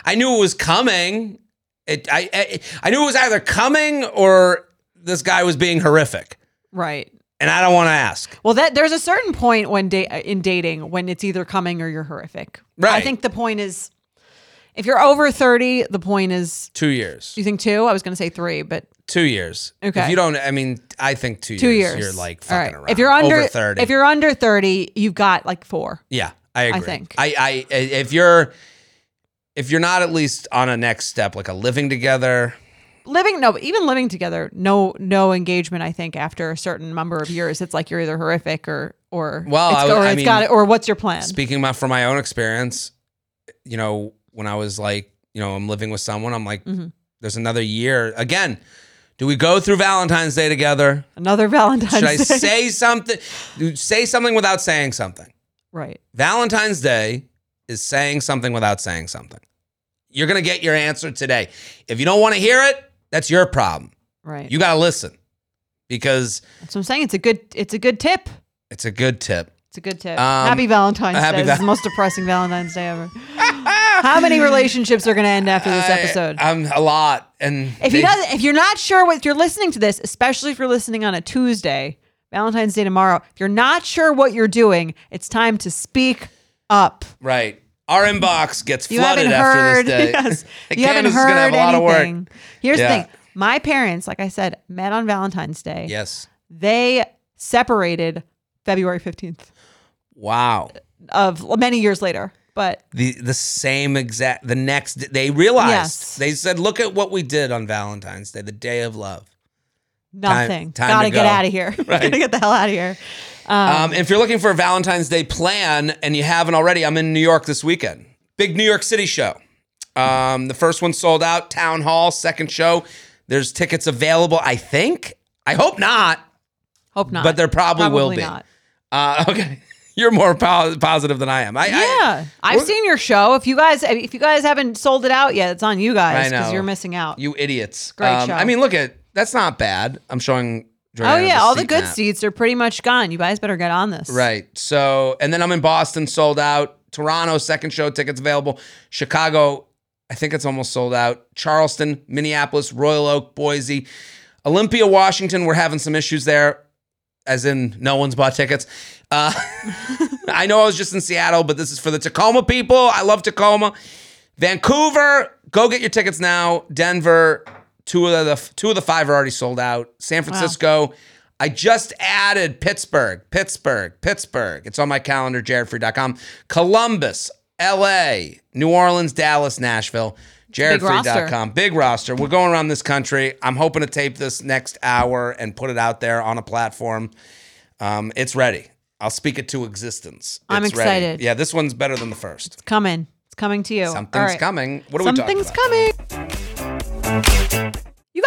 I knew it was coming. It I I, I knew it was either coming or this guy was being horrific. Right. And I don't want to ask. Well, that there's a certain point when da- uh, in dating when it's either coming or you're horrific. I Right. think the point is, if you're over thirty, the point is. Two years. Do you think two? I was going to say three, but Two years. Okay. If you don't I mean, I think two, two years. You're like All fucking right. around. If you're under Over thirty. if you're under thirty, you've got like four. Yeah, I agree. think. I, I I- if you're if you're not at least on a next step, like a living together, Living no, even living together, no no engagement. I think after a certain number of years, it's like you're either horrific or or Well, it's, I- or I it's mean, got it, or what's your plan? speaking about from my own experience, you know, when I was like, you know, I'm living with someone, I'm like, there's another year. Again, do we go through Valentine's Day together? Another Valentine's Should I Day. say something? Dude, Say something without saying something. (laughs) right? Valentine's Day is saying something without saying something. You're going to get your answer today. If you don't want to hear it, that's your problem. Right. You got to listen because That's what I'm saying. It's a good it's a good tip. It's a good tip. It's a good tip. Um, happy Valentine's happy Day. Val- This is the most depressing Valentine's (laughs) Day ever. How many relationships are going to end after this episode? I, am a lot, and if they- you doesn't, if you're not sure what if you're listening to this, especially if you're listening on a Tuesday, Valentine's Day tomorrow, if you're not sure what you're doing, it's time to speak up. right, our inbox gets You flooded haven't after heard. (laughs) this day. Yes, (laughs) The you Candace haven't is heard gonna have a lot of work. anything. Here's Yeah. the thing: my parents, like I said, met on Valentine's Day. Yes. They separated February 15th Wow. of many years later, but The the same exact. The next they realized. Yes. They said, "Look at what we did on Valentine's Day, the day of love." Nothing. time to Gotta get go. out (laughs) of here. Gotta get the hell out of here. Um, if you're looking for a Valentine's Day plan and you haven't already, I'm in New York this weekend. Big New York City show. Um, the first one sold out, Town Hall, second show. There's tickets available, I think. I hope not, Hope not. but there probably, will be. Not. Uh, (laughs) okay. You're more po- positive than I am. I, Yeah, I, we're- have seen your show. If you guys, if you guys haven't sold it out yet, it's on you guys I know. because you're missing out. I, you idiots. Um, Great show. I mean, look at that's not bad. I'm showing. oh Joanna yeah, all the seat good map. seats are pretty much gone. You guys better get on this. Right. So, and then I'm in Boston, sold out. Toronto, second show tickets available. Chicago, I think it's almost sold out. Charleston, Minneapolis, Royal Oak, Boise, Olympia, Washington. We're having some issues there, as in no one's bought tickets. Uh, (laughs) I know I was just in Seattle, but this is for the Tacoma people. I love Tacoma. Vancouver, go get your tickets now. Denver, two of the two of the five are already sold out. San Francisco, I just added Pittsburgh, Pittsburgh, Pittsburgh. It's on my calendar, jaredfree.com. Columbus, LA, New Orleans, Dallas, Nashville. Jaredfree.com. Big roster. We're going around this country. I'm hoping to tape this next hour and put it out there on a platform. Um, it's ready. I'll speak it to existence. I'm It's ready. excited. Yeah, this one's better than the first. It's coming. It's coming to you. All Something's right. coming. What are we Something's talking about? coming. You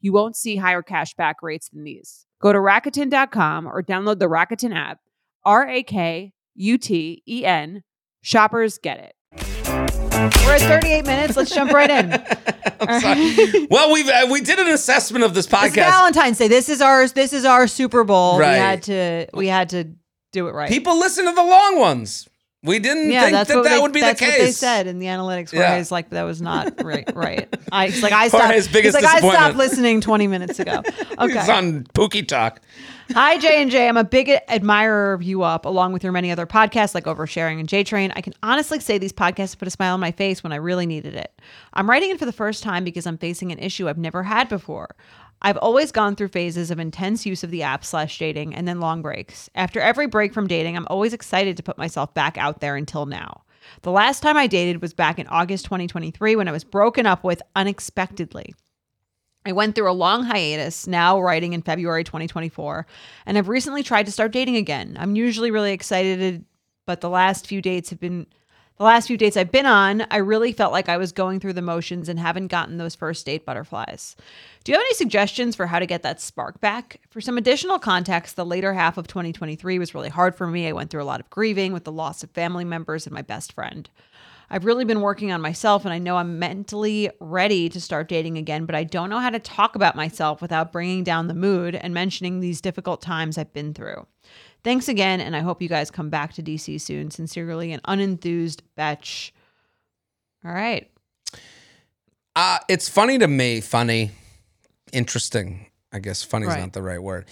You won't see higher cash back rates than these. Go to Rakuten.com or download the Rakuten app. R A K U T E N. Shoppers get it. We're at 38 minutes. Let's jump right in. (laughs) I'm sorry. (laughs) well, we've uh, we did an assessment of this It's podcast. Valentine's Day. This is ours. This is our Super Bowl. Right. We had to. We had to do it right. People listen to the long ones. We didn't yeah, think that's that what that they, would be that's the case. what they said in the analytics. Where Yeah. I was like, that was not (laughs) right. Right. I it's like I stopped. Jorge's It's biggest like I stopped disappointment. listening 20 (laughs) minutes ago. Okay. (laughs) It's on Pookie Talk. Hi, J and J. I'm a big admirer of you up, along with your many other podcasts like Oversharing and J Train. I can honestly say these podcasts put a smile on my face when I really needed it. I'm writing in for the first time because I'm facing an issue I've never had before. I've always gone through phases of intense use of the app slash dating and then long breaks. After every break from dating, I'm always excited to put myself back out there until now. The last time I dated was back in August 2023 when I was broken up with unexpectedly. I went through a long hiatus, now writing in February 2024, and I've recently tried to start dating again. I'm usually really excited, but the last few dates have been the last few dates I've been on, I really felt like I was going through the motions and haven't gotten those first date butterflies. Do you have any suggestions for how to get that spark back? For some additional context, the later half of 2023 was really hard for me. I went through a lot of grieving with the loss of family members and my best friend. I've really been working on myself and I know I'm mentally ready to start dating again, but I don't know how to talk about myself without bringing down the mood and mentioning these difficult times I've been through. Thanks again, and I hope you guys come back to DC soon. Sincerely, an unenthused Betch. All right. Uh, it's funny to me, funny, interesting. I guess funny is Right. not the right word.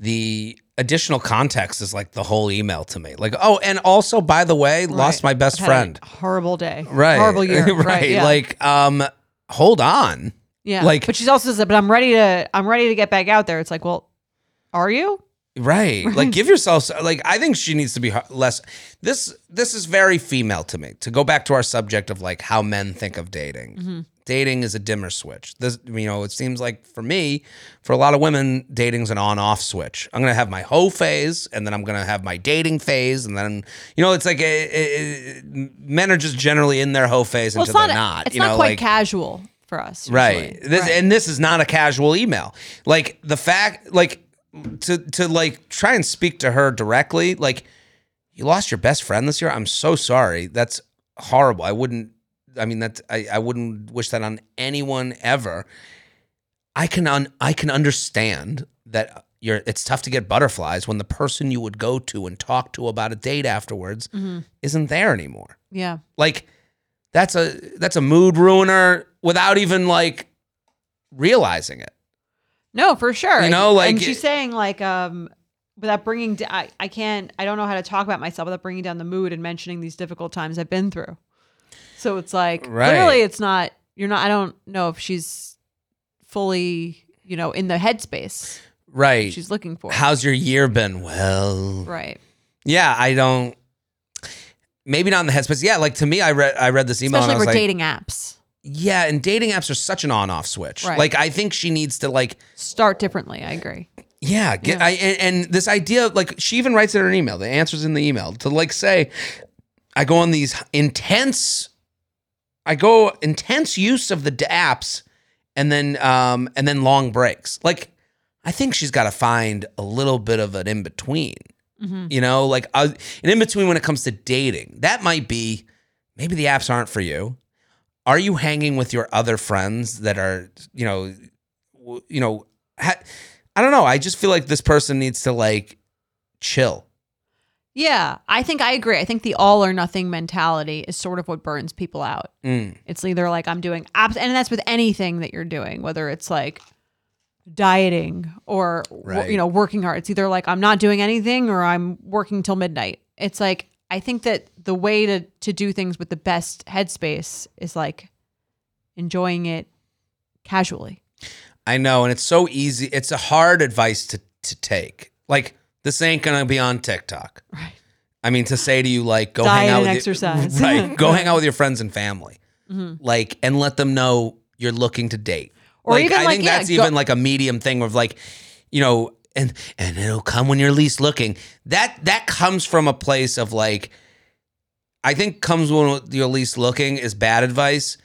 The additional context is like the whole email to me. Like, oh, and also, by the way, lost Right. my best Had a friend. horrible day. right. (laughs) Horrible year. right. yeah. Like, um, hold on. yeah. like- but she's also said, but I'm ready to, I'm ready to get back out there. It's like, well, are you? (laughs) Right. Like give yourself like I think she needs to be har- less this this is very female to me. To go back to our subject of like how men think of dating. Mm-hmm. Dating is a dimmer switch. This you know, it seems like for me, for a lot of women, dating's an on-off switch. I'm going to have my hoe phase and then I'm going to have my dating phase and then you know, it's like eh, a, a- a- men are just generally in their hoe phase Well, it's until not, they're not, it's you not know, quite like casual for us. right usually. this Right. and this is not a casual email like the fact like to to like try and speak to her directly like you lost your best friend this year i'm so sorry that's horrible i wouldn't i mean that's i, I wouldn't wish that on anyone ever i can un, i can understand that you're it's tough to get butterflies when the person you would go to and talk to about a date afterwards Mm-hmm. isn't there anymore yeah. like that's a that's a mood ruiner without even like realizing it No, for sure. You know, like- and she's saying like um without bringing d I, I can't I don't know how to talk about myself without bringing down the mood and mentioning these difficult times I've been through. So it's like Right. clearly it's not you're not. I don't know if she's fully, you know, in the headspace Right. she's looking for. How's your year been? Well, right. yeah, I don't. Maybe not in the headspace. Yeah, like to me, I read I read this email and Especially I for was like, dating apps. yeah, and dating apps are such an on off switch. Right. Like I think she needs to like Start differently. I agree. Yeah, get, I, and, and this idea, of, like she even writes it in her email. The answer's in the email to like say, I go on these intense, I go intense use of the d- apps, and then um and then long breaks. Like I think she's got to find a little bit of an in between. Mm-hmm. You know, like uh, an in between when it comes to dating. That might be maybe the apps aren't for you. Are you hanging with your other friends that are you know w- you know, ha- I don't know. I just feel like this person needs to like chill. Yeah, I think I agree. I think the all or nothing mentality is sort of what burns people out. Mm. It's either like I'm doing abs, and that's with anything that you're doing, whether it's like dieting or w- Right. you know working hard. It's either like I'm not doing anything or I'm working till midnight. It's like I think that the way to to do things with the best headspace is like enjoying it casually. (laughs) I know, and it's so easy. It's a hard advice to to take. Like this ain't gonna be on TikTok. Right. I mean, to say to you like go Diet hang out and with exercise. Your, (laughs) right. (laughs) Go hang out with your friends and family. Mhm. Like, and let them know you're looking to date. Or even, I like, think yeah, that's go- even like a medium thing of like, you know, and and it'll come when you're least looking. That that comes from a place of like, I think comes when you're least looking is bad advice.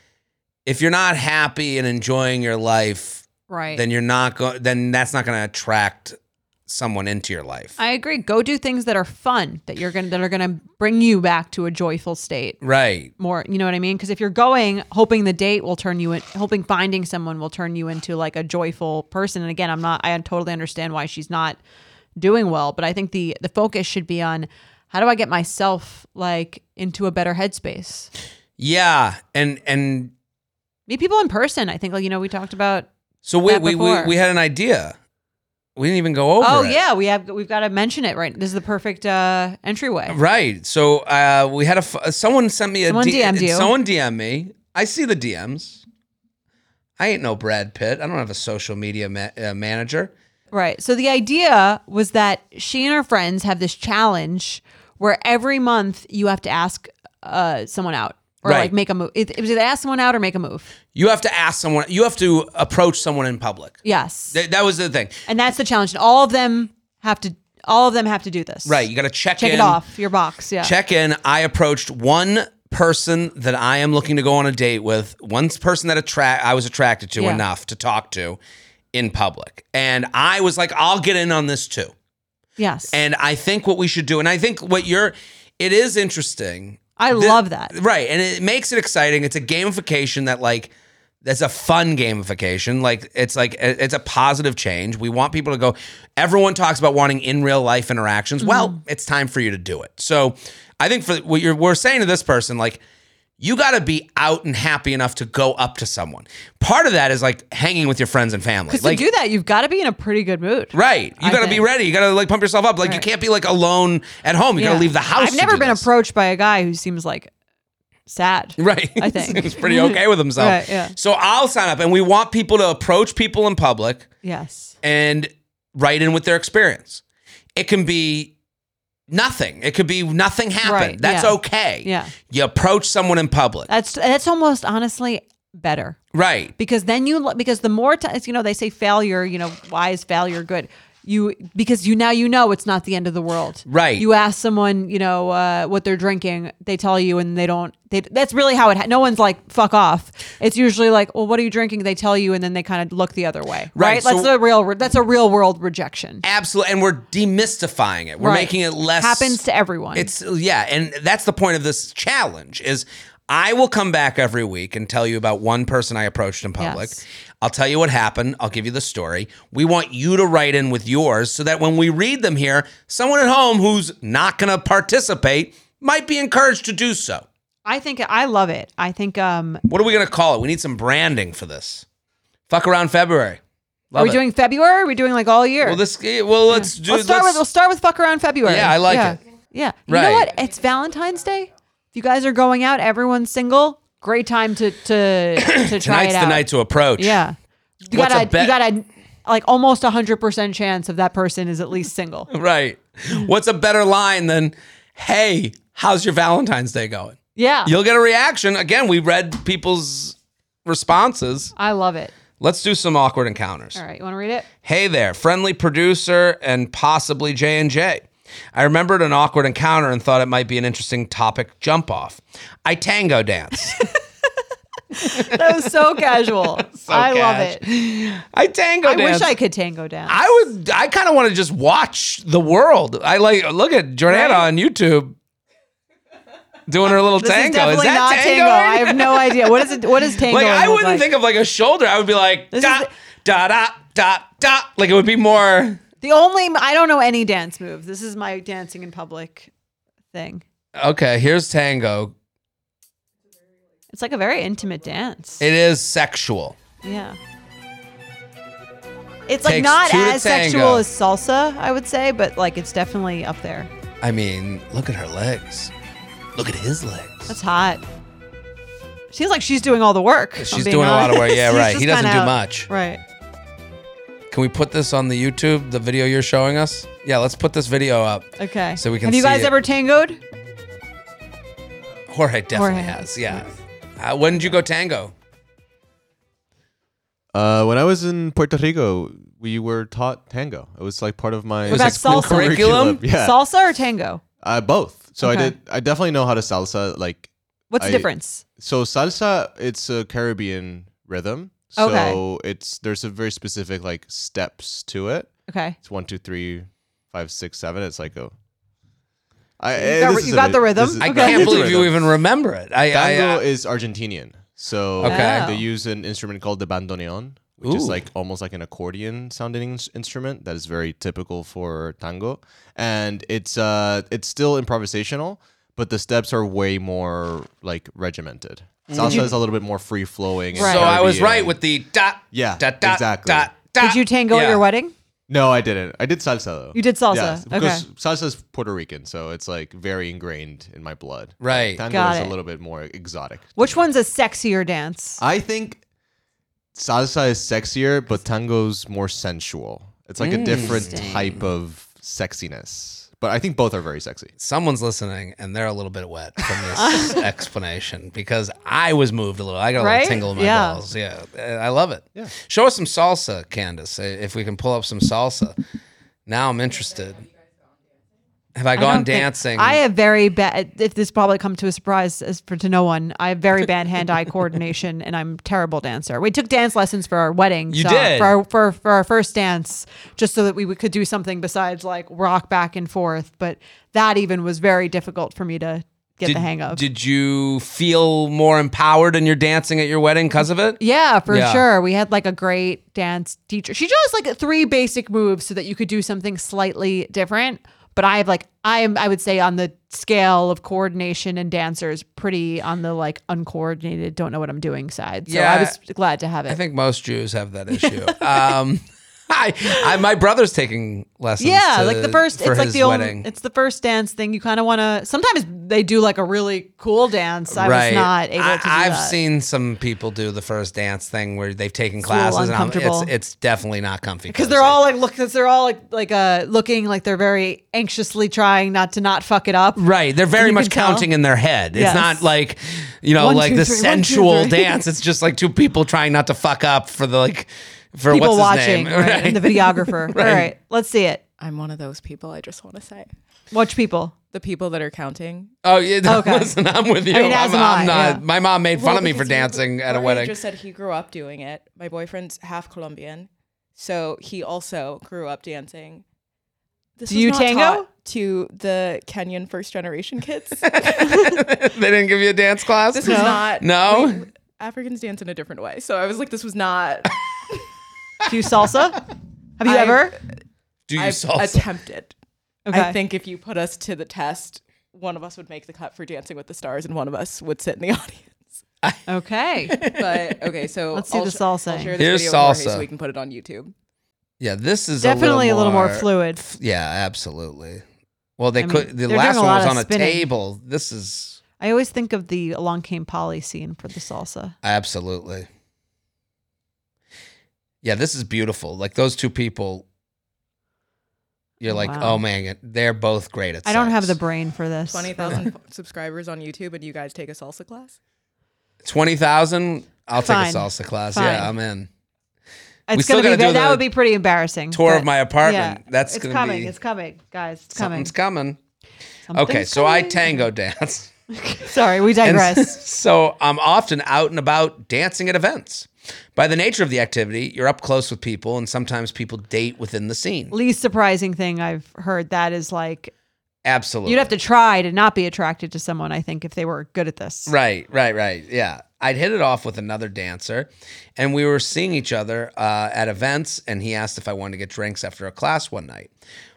If you're not happy and enjoying your life, Right. then you're not going. Then that's not going to attract someone into your life. I agree. Go do things that are fun that you're gonna that are gonna bring you back to a joyful state. right. More, you know what I mean? Because if you're going hoping the date will turn you in, hoping finding someone will turn you into like a joyful person. And again, I'm not. I totally understand why she's not doing well, but I think the the focus should be on how do I get myself like into a better headspace. Yeah. And and Meet people in person. I think like you know we talked about. So wait, that we, we before. we had an idea. We didn't even go over. oh it. yeah, we have we've got to mention it right. This is the perfect uh entryway. Right. So uh, we had a f- someone sent me a Someone DM'd you. Someone DM me. I see the DMs. I ain't no Brad Pitt. I don't have a social media ma- uh, manager. Right. So the idea was that she and her friends have this challenge where every month you have to ask uh, someone out or Right. like make a move. It, it was either ask someone out or make a move. You have to ask someone. You have to approach someone in public. Yes. Th- that was the thing. and that's the challenge. And all of them have to. All of them have to do this. Right. You got to check Check in. it off your box. Yeah. check in. I approached one person that I am looking to go on a date with, one person that attract I was attracted to Yeah. enough to talk to in public. And I was like, I'll get in on this too. Yes. And I think what we should do, and I think what you're it is interesting. I Thi- love that. Right. And it makes it exciting. It's a gamification that like that's a fun gamification. Like it's like it's a positive change. We want people to go. Everyone talks about wanting in real life interactions. Mm-hmm. Well, it's time for you to do it. So I think for what you're we're saying to this person, like you got to be out and happy enough to go up to someone. Part of that is like hanging with your friends and family. Because Like to do that, you've got to be in a pretty good mood. Right. You I got to be think. ready. You got to like pump yourself up. Like you Right. can't be like alone at home. You got Yeah. to leave the house. I've to never do been this. approached by a guy who seems like sad. (laughs) Right. (laughs) I think. He's pretty okay with himself. Right, yeah. So I'll sign up and we want people to approach people in public Yes. and write in with their experience. It can be nothing. It could be nothing happened. Right, That's yeah. okay. Yeah. You approach someone in public. That's that's almost honestly better. right. because then you lo- because the more times you know they say failure you know why is failure good you because you now you know it's not the end of the world Right. you ask someone you know uh, what they're drinking they tell you and they don't they that's really how it ha- no one's like fuck off it's usually like well what are you drinking they tell you and then they kind of look the other way Right, right, that's so- a real re- that's a real world rejection Absolutely. And we're demystifying it. We're Right. making it less happens to everyone It's yeah, and that's the point of this challenge is I will come back every week and tell you about one person I approached in public. Yes. I'll tell you what happened. I'll give you the story. We want you to write in with yours so that when we read them here, someone at home who's not going to participate might be encouraged to do so. i think i love it i think um What are we going to call it? We need some branding for this. Fuck around February. Love are we it. doing february are we doing like all year Well, this eh, well, let's do let's start let's- with we'll start with fuck around February. Yeah, I like yeah. it. Yeah. You Right. know what? It's Valentine's Day. If you guys are going out, everyone's single, Great time (coughs) to to to try Tonight's it the out. night to approach. yeah, you What's a got a, bet- you got a like almost a hundred percent chance of that person is at least single. (laughs) Right. What's a better line than, hey, how's your Valentine's Day going? Yeah, You'll get a reaction. Again, we read people's responses. I love it. Let's do some awkward encounters. All right, you want to read it? Hey there, friendly producer and possibly J and J. I remembered an awkward encounter and thought it might be an interesting topic jump off. I tango (laughs) dance. That was (laughs) so casual. I love cash. it. I tango I dance. wish I could tango dance. I would. I kind of want to just watch the world. I like look at Jordana Right. on YouTube doing her little this tango. is definitely that not tango. I have no idea. What is it? (laughs) What is tango? like I look wouldn't like? think of like a shoulder. I would be like This da is- da da da da. Like it would be more. The only I don't know any dance moves. This is my dancing in public thing. Okay, here's tango. It's like a very intimate dance. It is sexual. yeah. It's like Takes not two to as sexual tango. as salsa, I would say, but like it's definitely up there. I mean, look at her legs. Look at his legs. That's hot. Seems like she's doing all the work. if I'm She's being doing a lot of work. honest. (laughs) Yeah, She's right. just He doesn't kinda do out. much. Right. Can we put this on the YouTube, the video you're showing us? Yeah, let's put this video up. Okay. So we can Have you see guys it. ever tangoed? Jorge definitely Jorge. has. Yeah. Uh, when did you go tango? Uh, when I was in Puerto Rico, we were taught tango. It was like part of my What about salsa? curriculum? (laughs) Yeah, Salsa or tango? uh, both. So Okay. I did. I definitely know how to salsa. Like What's the I- difference? so, salsa. It's a Caribbean rhythm. So Okay. it's there's a very specific like steps to it. Okay. It's one, two, three, five, six, seven. It's like a. I, eh, You got- you got the rhythm? I Okay. can't It's a believe you even remember it. I, I, Tango uh, is Argentinian, so Okay. they use an instrument called the bandoneon, which Ooh. is like almost like an accordion sounding ins- instrument that is very typical for tango, and it's uh it's still improvisational, but the steps are way more like regimented. Salsa is a little bit more free flowing. Mm. Right. so I was right Caribbean. with the dot. Yeah, Dot, dot, exactly. Dot, dot. Did you tango at Yeah. your wedding? No, I didn't. I did salsa though. You did salsa. Yes, Okay. because salsa is Puerto Rican, so it's like very ingrained in my blood. Right. Tango Got is it. a little bit more exotic. Which one's a sexier dance? I think salsa is sexier, but tango's more sensual. It's like a different type of sexiness. But I think both are very sexy. Someone's listening and they're a little bit wet from (laughs) this explanation because I was moved a little. I got a Right? little tingle in my Yeah. balls. Yeah. Uh, I love it. Show us some salsa, Candace, uh, if we can pull up some salsa. Now I'm interested. Have I I don't gone think- dancing? I have very bad. If this probably come to a surprise as for to no one, I have very bad hand-eye coordination, and I'm a terrible dancer. We took dance lessons for our wedding. You so did? for our, for for our first dance, just so that we would- could do something besides like rock back and forth. But that even was very difficult for me to get did, the hang of. Did you feel more empowered in your dancing at your wedding because of it? Yeah, for Yeah. sure. We had like a great dance teacher. She chose like three basic moves so that you could do something slightly different. But I have like I am I would say on the scale of coordination and dancers, pretty on the like uncoordinated, don't know what I'm doing side. So Yeah. I was glad to have it. I think most Jews have (laughs) that issue. um, (laughs) I, I, my brother's taking lessons. yeah, to- like the first for it's like his the wedding. only it's the first dance thing you kind of want to sometimes they do like a really cool dance. I was not able I, to do I've that. seen some people do the first dance thing where they've taken a little classes, and I'm- it's uncomfortable. it's definitely not comfy because they're all like look, cause they're all like like uh looking like they're very anxiously trying not to not fuck it up. Right, they're very you much can tell. counting in their head. Yes. It's not like, you know, One, like two, the three, one, two, sensual three. (laughs) dance. It's just like two people trying not to fuck up for the like, for people what's watching his name, (laughs) right, and the videographer. All right, let's see it. I'm one of those people. I just want to say Watch people. the people that are counting. Oh yeah, (laughs) Okay. listen, I'm with you. mean, as I'm, am I'm I, not. yeah. My mom made fun Well, of me for because he- dancing at a Jorge wedding. Just said he grew up doing it. My boyfriend's half Colombian, so he also grew up dancing. This Do was you not tango? taught to the Kenyan first generation (laughs) kids? this they didn't give you a dance class. was not No? wait, Africans dance in a different way, so I was like, this was not. Do you salsa? Have you I've- ever? Do (laughs) you I've salsa? attempted. I think if you put us to the test, one of us would make the cut for Dancing with the Stars, and one of us would sit in the (laughs) (laughs) audience. (laughs) Okay. But okay, so Let's see I'll the sh- salsa. I'll share this Here's video with Jorge salsa. so we can put it on YouTube. yeah, this is Definitely a little more, fluid. f- Yeah, absolutely. Well, they I mean, could. The they're last doing a one lot was of on a spinning. table. This is. I I always think of the Along Came Polly scene for the salsa. Absolutely. Yeah, this is beautiful. Like those two people, you're like, Wow. oh man, they're both great at. I don't have sex." the brain for this. Twenty thousand (laughs) subscribers on YouTube, and you guys take a salsa class. Twenty thousand. I'll Fine. take a salsa class. Fine. Yeah, I'm in. We It's still gonna be gotta do ve- that the would be pretty embarrassing. Tour of but my apartment. That's it's gonna coming. be. It's coming, guys. It's coming. something's coming. okay, Something's so I coming. tango dance. (laughs) Sorry, we And digress. (laughs) so I'm often out and about dancing at events. By the nature of the activity, you're up close with people, and sometimes people date within the scene. Least surprising thing I've heard that is like Absolutely. you'd have to try to not be attracted to someone. I think if they were good at this. Right, right, right. Yeah. I'd hit it off with another dancer, and we were seeing each other uh, at events, and he asked if I wanted to get drinks after a class one night.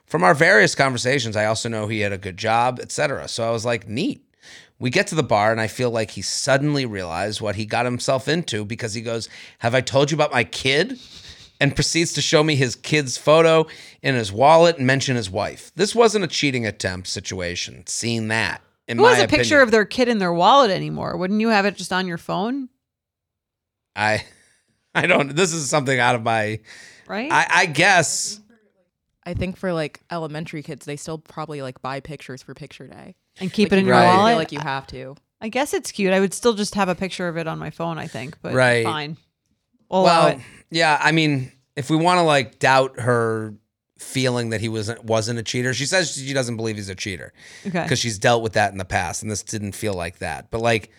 From our various conversations, I also know he had a good job, etc. So I was like, neat. We get to the bar, and I feel like he suddenly realized what he got himself into because he goes, Have I told you about my kid? and proceeds to show me his kid's photo in his wallet and mention his wife. This wasn't a cheating attempt situation. Seeing that. In Who has my a picture opinion. of their kid in their wallet anymore? Wouldn't you have it just on your phone? I (laughs) I don't this is something out of my Right? I, I guess I think for like elementary kids, they still probably like buy pictures for picture day. and keep Like, it in you Right. your really wallet. feel like you have to. I guess it's cute. I would still just have a picture of it on my phone, I think, but Right. fine. We'll allow well it. yeah, I mean, if we want to like doubt her feeling that he wasn't wasn't a cheater, she says she doesn't believe he's a cheater Okay. because she's dealt with that in the past and this didn't feel like that. But like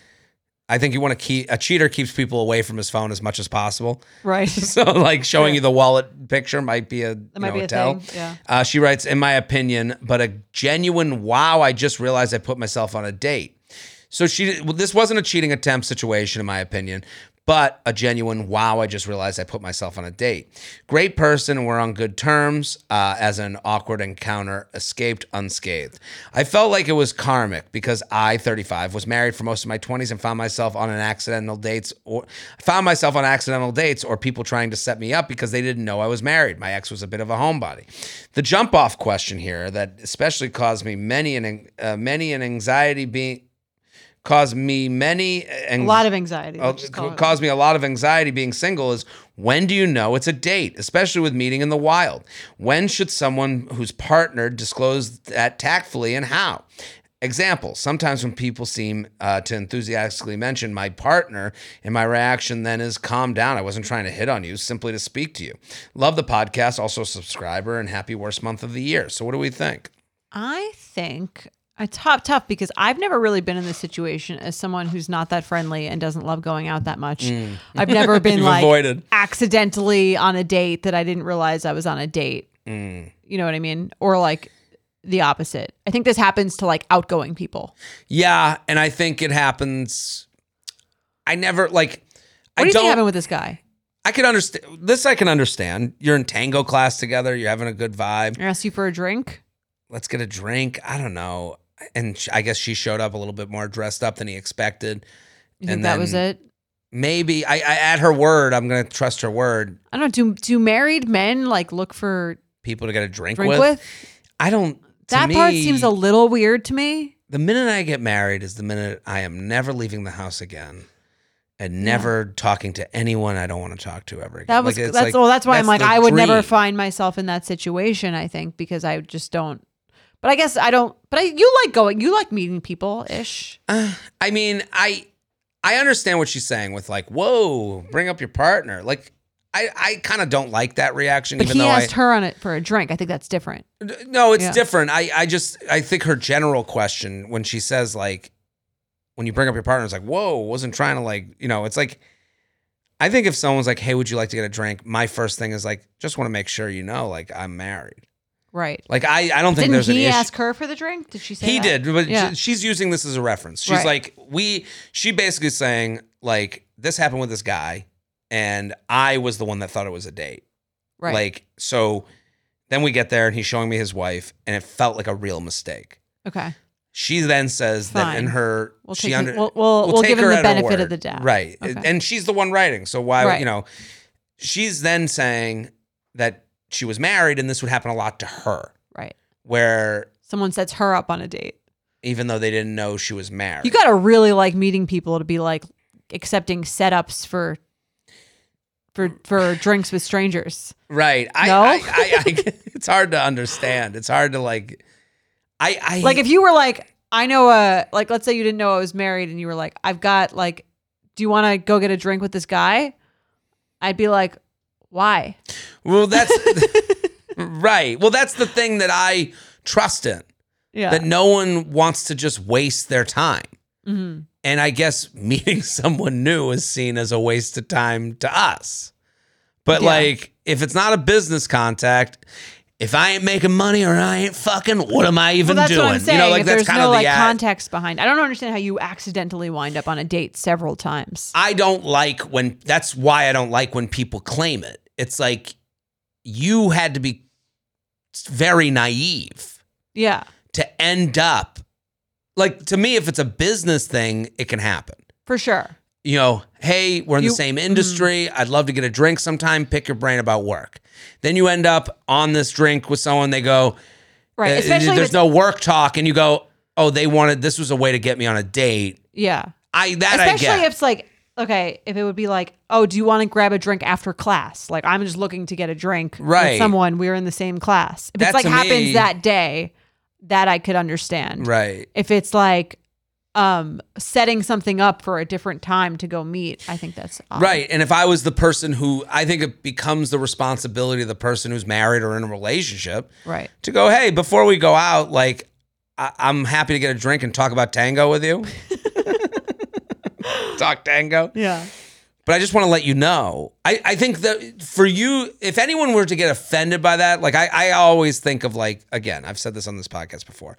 I think you want to keep a cheater keeps people away from his phone as much as possible. (laughs) Right. So like showing you the wallet picture might be a (laughs) That might you know, be a tell. thing. Yeah. Uh, she writes, in my opinion, but a genuine wow, I just realized I put myself on a date. So she, well, this wasn't a cheating attempt situation, in my opinion, but a genuine wow, I just realized I put myself on a date. Great person, we're on good terms, uh, as an awkward encounter escaped unscathed. I felt like it was karmic because I, 35, was married for most of my 20s and found myself on an accidental dates or found myself on accidental dates or people trying to set me up because they didn't know I was married. My ex was a bit of a homebody. The jump off question here that especially caused me many an uh, many an anxiety being caused me many A lot of anxiety. uh, Let's just call it. caused me a lot of anxiety being single is when do you know it's a date, especially with meeting in the wild? When should someone who's partnered disclose that tactfully and how? Example, sometimes when people seem uh, to enthusiastically mention my partner, and my reaction then is calm down. I wasn't trying to hit on you, simply to speak to you. Love the podcast, also a subscriber, and happy worst month of the year. So, what do we think? I think it's hot tough because I've never really been in this situation as someone who's not that friendly and doesn't love going out that much. (laughs) I've never been Mm. You've like avoided. accidentally on a date that I didn't realize I was on a date. Hmm. You know what I mean? Or like the opposite. I think this happens to like outgoing people. Yeah, and I think it happens. I never like. What I do you don't. think happened with this guy? I can understand this. I can understand. You're in tango class together. You're having a good vibe. I asked you for a drink. Let's get a drink. I don't know. And sh- I guess she showed up a little bit more dressed up than he expected. You think And that was then- it? Maybe I, I at her word. I'm gonna trust her word. I don't know. Do do married men like look for People to get a drink, drink with. with? I don't. to That part me, seems a little weird to me. the minute I get married is the minute I am never leaving the house again, and never talking to anyone I don't want to talk to ever again. That was Like, it's that's like- well. That's why I'm like that's the I would never dream. find myself in that situation. I think because I just don't. But I guess I don't. But I you like going. You like meeting people ish. Uh, (sighs) I mean, I I understand what she's saying with like, whoa, bring up your partner. Like, I I kind of don't like that reaction, But even he though asked her on it for a drink. I think that's different. I no, it's Yeah. different. I I just I think her general question when she says like, when you bring up your partner, it's like, whoa, wasn't trying to like, you know, it's like. I think if someone's like, "Hey, would you like to get a drink?" My first thing is like, "Just want to make sure you know, like, I'm married." Right. Like, I, I don't think Didn't there's he an issue. ask her for the drink? Did she say he that? did but Yeah. she- she's using this as a reference she's Right. like we she basically saying like this happened with this guy and i was the one that thought it was a date Right. like so then we get there and he's showing me his wife and it felt like a real mistake okay. she then says that in Fine. her We'll she take under him, we'll we'll, we'll take give him her the at her benefit of word. the doubt. Right. Okay. And she's the one writing. So why, Right. you know, she's then saying that she was married and this would happen a lot to her, Right. where Someone sets her up on a date. even though they didn't know she was married. You gotta really like meeting people to be like accepting setups for for (sighs) for drinks with strangers. right. I, No? I, I, (laughs) I- it's hard to understand. It's hard to like. I, I Like if you were like, I know a like let's say you didn't know I was married and you were like, I've got like, do you wanna go get a drink with this guy? I'd be like, why? well (laughs) that's right. Well, that's the thing that I trust in. Yeah. that no one wants to just waste their time. Mhm. And I guess (laughs) meeting someone new is seen as a waste of time to us. But Yeah. like, if it's not a business contact, if I ain't making money or I ain't fucking, what am I even Well, that's doing? what I'm saying. You know, like if that's there's kind no of the like ad- context behind, I don't understand how you accidentally wind up on a date several times. I don't like when that's why I don't like when people claim it. It's like you had to be very naive yeah, to end up like to me if it's a business thing, it can happen. for sure. you know, hey, we're in You- Mm. the same industry. I'd love to get a drink sometime. Pick your brain about work. Then you end up on this drink with someone. They go, Right. uh, Especially if there's it's, no work talk, and you go, oh, they wanted this was a way to get me on a date. yeah. I that I Especially get. if it's like, okay, if it would be like, oh, do you want to grab a drink after class? Like, I'm just looking to get a drink Right. with someone. We're in the same class. If That it's like to happens me- that day, that I could understand. right. If it's like um setting something up for a different time to go meet, I think that's uh, odd. Right. And if I was the person who I think it becomes the responsibility of the person who's married or in a relationship Right. to go, hey, before we go out, like I- I'm happy to get a drink and talk about tango with you. (laughs) talk tango. Yeah. but I just want to let you know. I, I think that for you, if anyone were to get offended by that, like I, I always think of like, again, I've said this on this podcast before.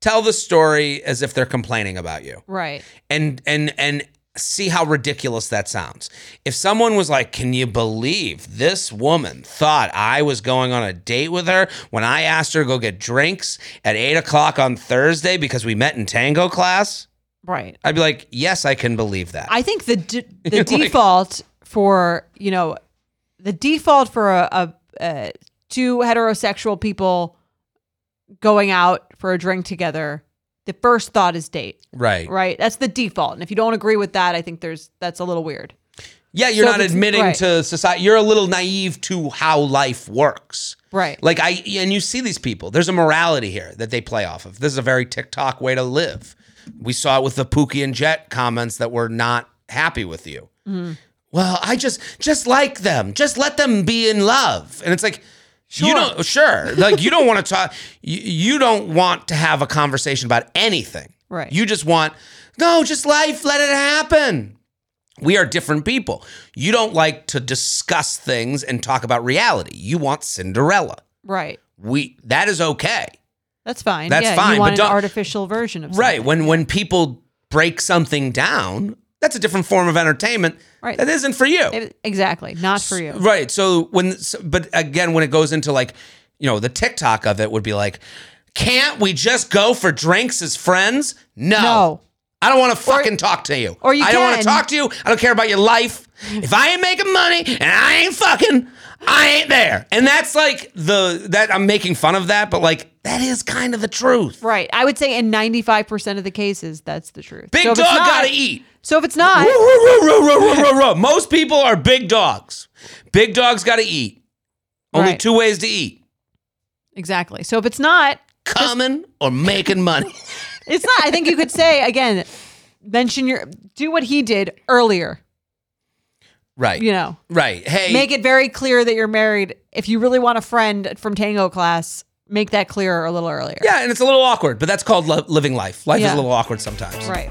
Tell the story as if they're complaining about you Right. and and and see how ridiculous that sounds. If someone was like, "Can you believe this woman thought I was going on a date with her when I asked her to go get drinks at eight o'clock on Thursday because we met in tango class?" Right. I'd be like, "Yes, I can believe that." I think (laughs) the d- the Like- default for you know the default for a, a, a two heterosexual people going out for a drink together, the first thought is date, right. right? That's the default, and if you don't agree with that, I think there's that's a little weird. Yeah, you're So not if it's- admitting right. to society. You're a little naive to how life works. Right. Like I and you see these people. There's a morality here that they play off of. This is a very TikTok way to live. We saw it with the Pookie and Jet comments that were not happy with you. Well, I just just like them. Just let them be in love. And it's like you Sure. don't sure. Like you don't want to talk you, you don't want to have a conversation about anything. Right. You just want no, just life, let it happen. We are different people. You don't like to discuss things and talk about reality. You want Cinderella. right. We that is okay. That's fine. That's yeah, fine, You but want an don't- artificial version of Right. something. When when people break something down, that's a different form of entertainment Right. that isn't for you. It- exactly. Not for you. Right. So when, so, but again, when it goes into like, you know, the TikTok of it would be like, can't we just go for drinks as friends? No. No. I don't want to fucking talk to you. or you I don't want to can. talk to you. I don't care about your life. If I ain't making money and I ain't fucking, I ain't there. And that's like the that I'm making fun of that, but like that is kind of the truth. Right. I would say in 95% of the cases, that's the truth. Big So if dog it's not- gotta eat. So if it's not, Ruh, ruh, ruh, ruh, ruh, ruh, ruh. Most people are big dogs. Big dogs gotta eat. Only Right. two ways to eat. exactly. So if it's not, coming or making (laughs) money. It's not. I think you could say again, mention your do what he did earlier. Right. You know, Right. Hey. make it very clear that you're married. If you really want a friend from Tango class, make that clear a little earlier. yeah, and it's a little awkward, but that's called lo- living life. Life is Yeah. a little awkward sometimes. Right.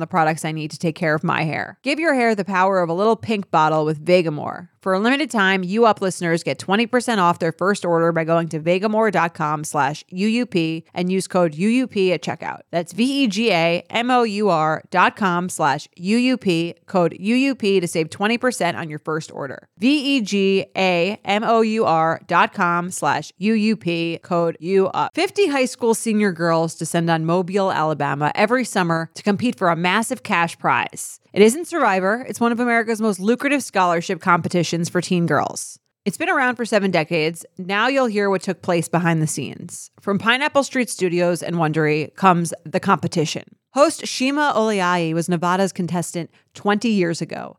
the products I need to take care of my hair. Give your hair the power of a little pink bottle with Vegamore. For a limited time, you up listeners get 20% off their first order by going to vegamore.com slash UUP and use code UUP at checkout. That's E V-E-G-A-M-O-U-R dot com slash UUP, code UUP to save 20% on your first order. E V-E-G-A-M-O-U-R dot com slash UUP, code UUP. 50 high school senior girls descend on Mobile, Alabama every summer to compete for a massive cash prize. It isn't Survivor, it's one of America's most lucrative scholarship competitions for teen girls. It's been around for seven decades. Now you'll hear what took place behind the scenes. From Pineapple Street Studios and Wondery comes The Competition. Host Shima Oliai was Nevada's contestant 20 years ago.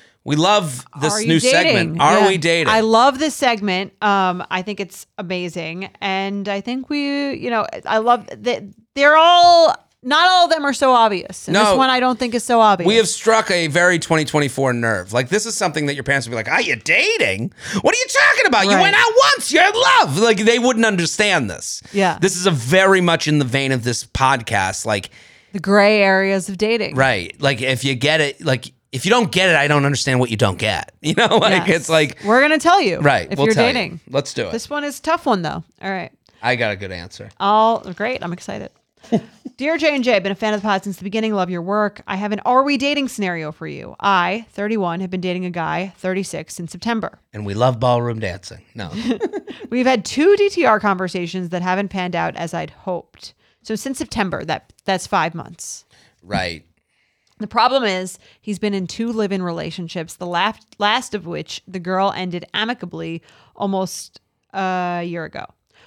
We love this Are You new Dating? segment. Are Yeah. we dating? I love this segment. Um, I think it's amazing, and I think we, you know, I love that they're all. Not all of them are so obvious. And No. this one I don't think is so obvious. we have struck a very 2024 nerve. Like this is something that your parents would be like, "Are you dating? What are you talking about? You Right. went out once. You're in love." Like they wouldn't understand this. Yeah. this is a very much in the vein of this podcast. Like the gray areas of dating. right, like if you get it, like if you don't get it, I don't understand what you don't get. (laughs) You know, like Yes. it's like we're gonna tell you. right. If we'll you're tell you. dating, let's do it. this one is a tough one though. All right. I got a good answer. All great. I'm excited. Dear J and J, been a fan of the pod since the beginning. Love your work. I have an are we dating scenario for you. I, 31, have been dating a guy, 36, in September. And we love ballroom dancing. (laughs) No, We've had two DTR conversations that haven't panned out as I'd hoped. So since September, that that's five months. right. The problem is he's been in two live-in relationships, the last last of which the girl ended amicably almost a year ago.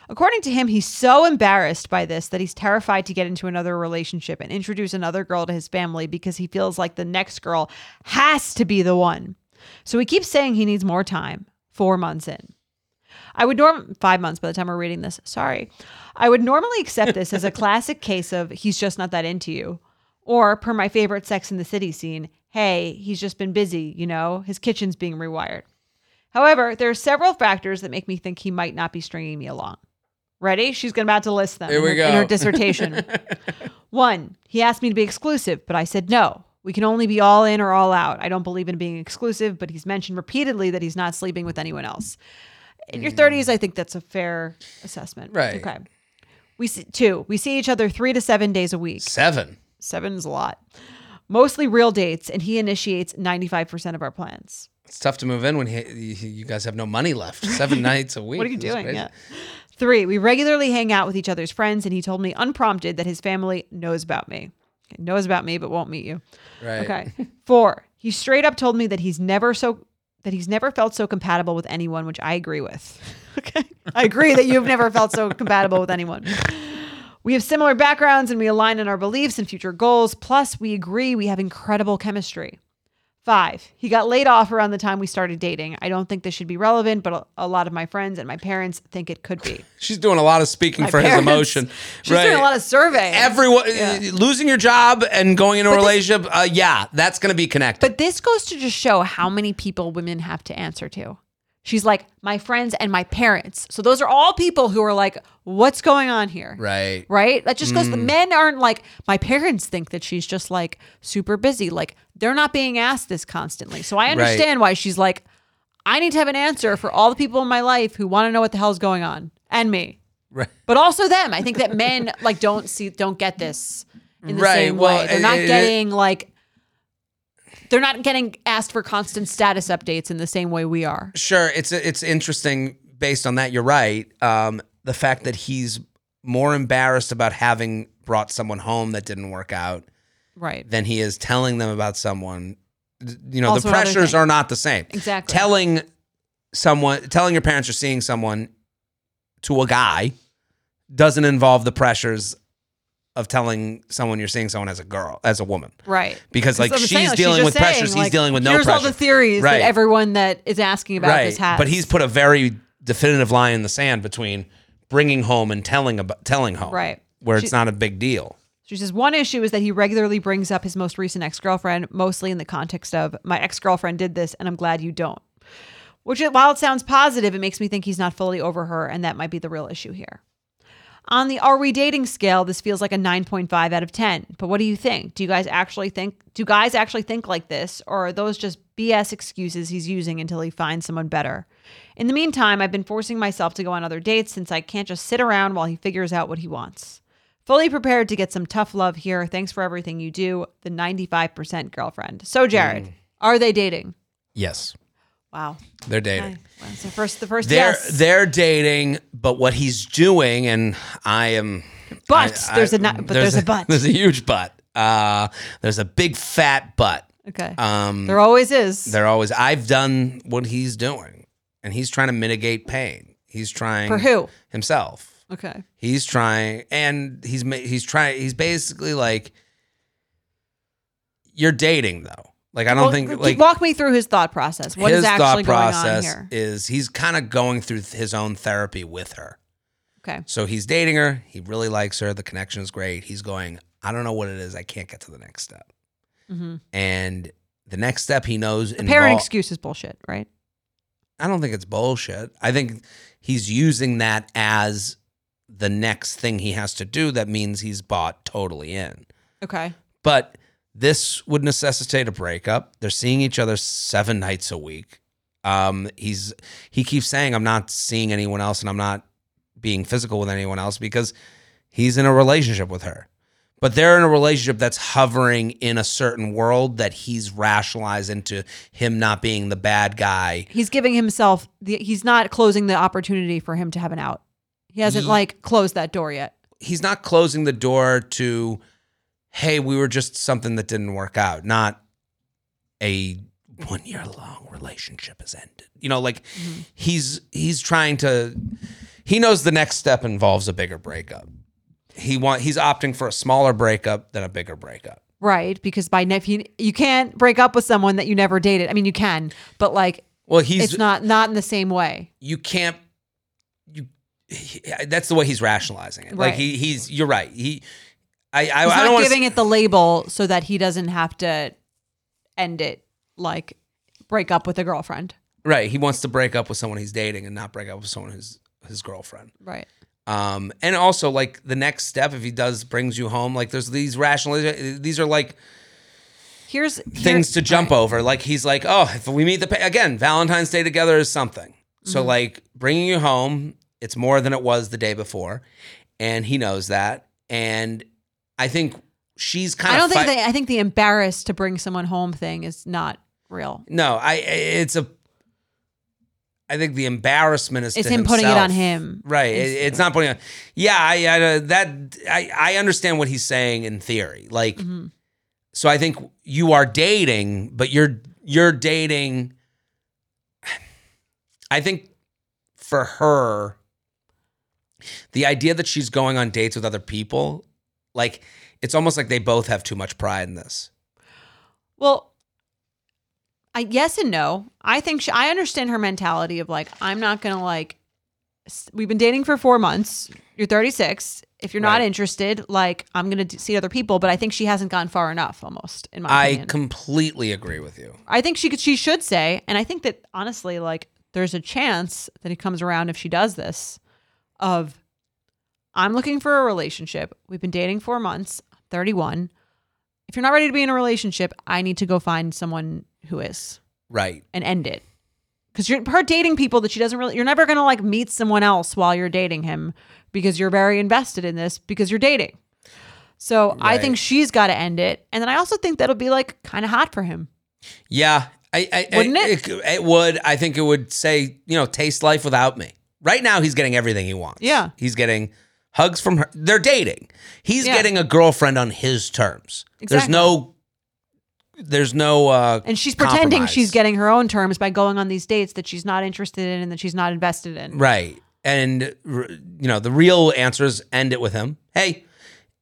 According to him, he's so embarrassed by this that he's terrified to get into another relationship and introduce another girl to his family because he feels like the next girl has to be the one. So he keeps saying he needs more time, 4 months in. I would norm five months by the time we're reading this. Sorry, I would normally accept (laughs) this as a classic case of he's just not that into you, or per my favorite Sex in the City scene, hey, he's just been busy, you know, his kitchen's being rewired. However, there are several factors that make me think he might not be stringing me along. Ready? She's gonna about to list them. Here in we her- In her go. (laughs) dissertation. One, he asked me to be exclusive, but I said no. We can only be all in or all out. I don't believe in being exclusive, but he's mentioned repeatedly that he's not sleeping with anyone else. In your 30s, I think that's a fair assessment. Mm. Right. Okay. We see, two. We see each other three to seven days a week. Seven. Seven's a lot. Mostly real dates, and he initiates 95% of our plans. It's tough to move in when he, you guys have no money left. Seven (laughs) nights a week. What are you This is doing? crazy. Yeah. Three, we regularly hang out with each other's friends, and he told me unprompted that his family knows about me. Okay, knows about me, but won't meet you. Right. Okay. Four, he straight up told me that he's never so that he's never felt so compatible with anyone, which I agree with. (laughs) okay. I agree that you've never felt so compatible with anyone. We have similar backgrounds and we align in our beliefs and future goals. Plus, we agree we have incredible chemistry. Five, he got laid off around the time we started dating. I don't think this should be relevant, but a, a lot of my friends and my parents think it could be. She's doing a lot of speaking My for his parents- emotion. (laughs) She's doing a lot of surveying. Everyone losing your job and going into a But this- relationship, uh, yeah, that's going to be connected. But this goes to just show how many people women have to answer to. She's like, my friends and my parents. So those are all people who are like, what's going on here? right. Right? That just goes, men aren't like, my parents think that she's just like super busy. Like they're not being asked this constantly. So I understand why she's like, I need to have an answer for all the people in my life who want to know what the hell's going on and me, Right. but also them. I think that men like don't see, don't get this in the Right, same well, way. They're not it- it- getting like, they're not getting asked for constant status updates in the same way we are. Sure, it's it's interesting. Based on that, you're right. Um, the fact that he's more embarrassed about having brought someone home that didn't work out Right. than he is telling them about someone. D- You know, Also the another pressures thing. are not the same. Exactly. Telling someone, telling your parents you're seeing someone to a guy doesn't involve the pressures of telling someone you're seeing someone as a girl, as a woman. Right. Because like That's what I'm she's saying, dealing just with saying, pressures, he's like, dealing with no Here's pressure. all the theories Right. that everyone that is asking about this has. But he's put a very definitive line in the sand between bringing home and telling about telling home, Right. Where She- it's not a big deal. She says one issue is that he regularly brings up his most recent ex girlfriend, mostly in the context of my ex girlfriend did this, and I'm glad you don't. Which, while it sounds positive, it makes me think he's not fully over her, and that might be the real issue here. On the are we dating scale, this feels like a 9.5 out of 10. But what do you think? Do you guys actually think do guys actually think like this or are those just BS excuses he's using until he finds someone better? In the meantime, I've been forcing myself to go on other dates since I can't just sit around while he figures out what he wants. Fully prepared to get some tough love here. Thanks for everything you do. The 95% girlfriend. So Mm. Jared, are they dating? Yes, Wow. they're dating. Okay. Well, so first the first They're yes. they're dating, but what he's doing, and I am. but I- there's a I- not, but there's, a, but. There's a huge but. Uh, there's a big fat but. okay. Um, there always is. they're always. I've done what he's doing, and he's trying to mitigate pain. He's trying For who? himself. Okay. He's trying, and he's ma- he's trying. He's basically like, you're dating though. Like I don't Well, think g- like walk me through his thought process. What is his thought actually process going on here? is he's kind of going through th- his own therapy with her. Okay. So he's dating her. He really likes her. The connection is great. He's going. I don't know what it is. I can't get to the next step. Mhm. And the next step he knows. The parent invol- excuse is bullshit, right? I don't think it's bullshit. I think he's using that as the next thing he has to do. That means he's bought totally in. Okay. But this would necessitate a breakup. They're seeing each other seven nights a week. Um, he's he keeps saying I'm not seeing anyone else and I'm not being physical with anyone else because he's in a relationship with her. But they're in a relationship that's hovering in a certain world that he's rationalized into him not being the bad guy. He's giving himself. The, he's not closing the opportunity for him to have an out. He hasn't Ye- like closed that door yet. He's not closing the door to, hey, we were just something that didn't work out, not a one year long relationship has ended. You know, like Mm-hmm. he's he's trying to he knows the next step involves a bigger breakup. He want he's opting for a smaller breakup than a bigger breakup. Right, because by ne- if you you can't break up with someone that you never dated. I mean, you can, but like Well, he's it's not not in the same way. you can't you he- that's the way he's rationalizing it. Like Right. he he's you're right. He I I, He's I don't not want giving it the label so that he doesn't have to end it like break up with a girlfriend. Right. He wants to break up with someone he's dating and not break up with someone who's his girlfriend. Right. Um, and also like the next step, if he does brings you home, like there's these rational, these are like Here's things to here- jump over. Like he's like, oh, if we meet the pa- again, Valentine's Day together is something. So Mm-hmm. like bringing you home, it's more than it was the day before, and he knows that. And I think she's kind I of. don't think they, I think the embarrassed to bring someone home thing is not real. No, I. It's a. I think the embarrassment is. It's to him putting it himself. on him. Right. It, it's not putting on. Yeah, I, I that I I understand what he's saying in theory. Like, Mm-hmm. so I think you are dating, but you're you're dating. I think for her, the idea that she's going on dates with other people, like it's almost like they both have too much pride in this. Well, I yes and no. I think she, I understand her mentality of like I'm not going to like s- we've been dating for 4 months. You're 36. If you're not Right. interested, like I'm going to see other people, but I think she hasn't gone far enough almost in my I opinion. completely agree with you. I think she could, she should say, and I think that honestly, like there's a chance that it comes around if she does this. Of, I'm looking for a relationship. We've been dating four months. I'm 31. If you're not ready to be in a relationship, I need to go find someone who is Right. and end it. Because you're her dating people that she doesn't really. You're never gonna like meet someone else while you're dating him because you're very invested in this because you're dating. So I Right. think she's got to end it, and then I also think that'll be like kind of hot for him. Yeah, I, I I- Wouldn't it? it? it would. I think it would say, you know, taste life without me. Right now, he's getting everything he wants. Yeah. he's getting hugs from her. They're dating. He's Yeah. getting a girlfriend on his terms. There's Exactly. no. There's no. uh And she's pretending compromise. she's getting her own terms by going on these dates that she's not interested in and that she's not invested in. Right. And r- you know, the real answer is end it with him. Hey,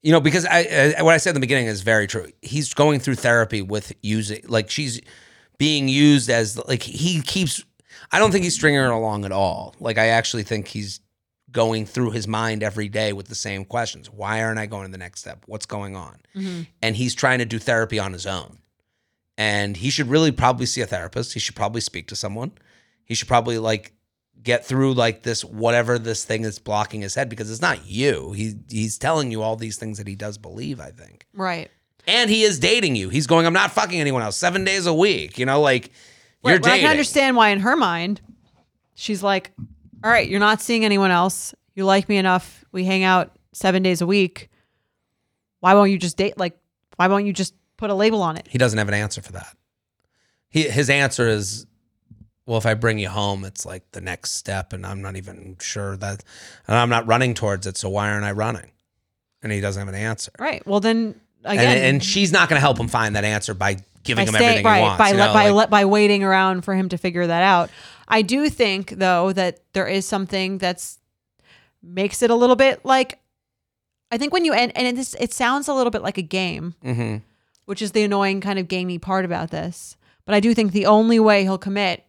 you know, because I, I what I said in the beginning is very true. He's going through therapy with using like she's being used as like he keeps I don't think he's stringing her along at all. Like I actually think he's going through his mind every day with the same questions. Why aren't I going to the next step? What's going on? And he's trying to do therapy on his own. And he should really probably see a therapist. He should probably speak to someone. He should probably like get through like this whatever this thing is blocking his head because it's not you. He he's telling you all these things that he does believe, I think. Right. And he is dating you. He's going, I'm not fucking anyone else seven days a week. You know, like you're Right, well, I dating. can understand why in her mind she's like, All right, you're not seeing anyone else. You like me enough. We hang out seven days a week. Why won't you just date like why won't you just put a label on it? He doesn't have an answer for that. He his answer is well, if I bring you home, it's like the next step, and I'm not even sure that, and I'm not running towards it. So why aren't I running? And he doesn't have an answer. Right. Well then And, again and she's not going to help him find that answer by by giving him staying- everything right, he wants. by you le- know, by like- le- by waiting around for him to figure that out. I do think though that there is something that's makes it a little bit like I think when you end and this it sounds a little bit like a game, Mhm. which is the annoying kind of gamey part about this. But I do think the only way he'll commit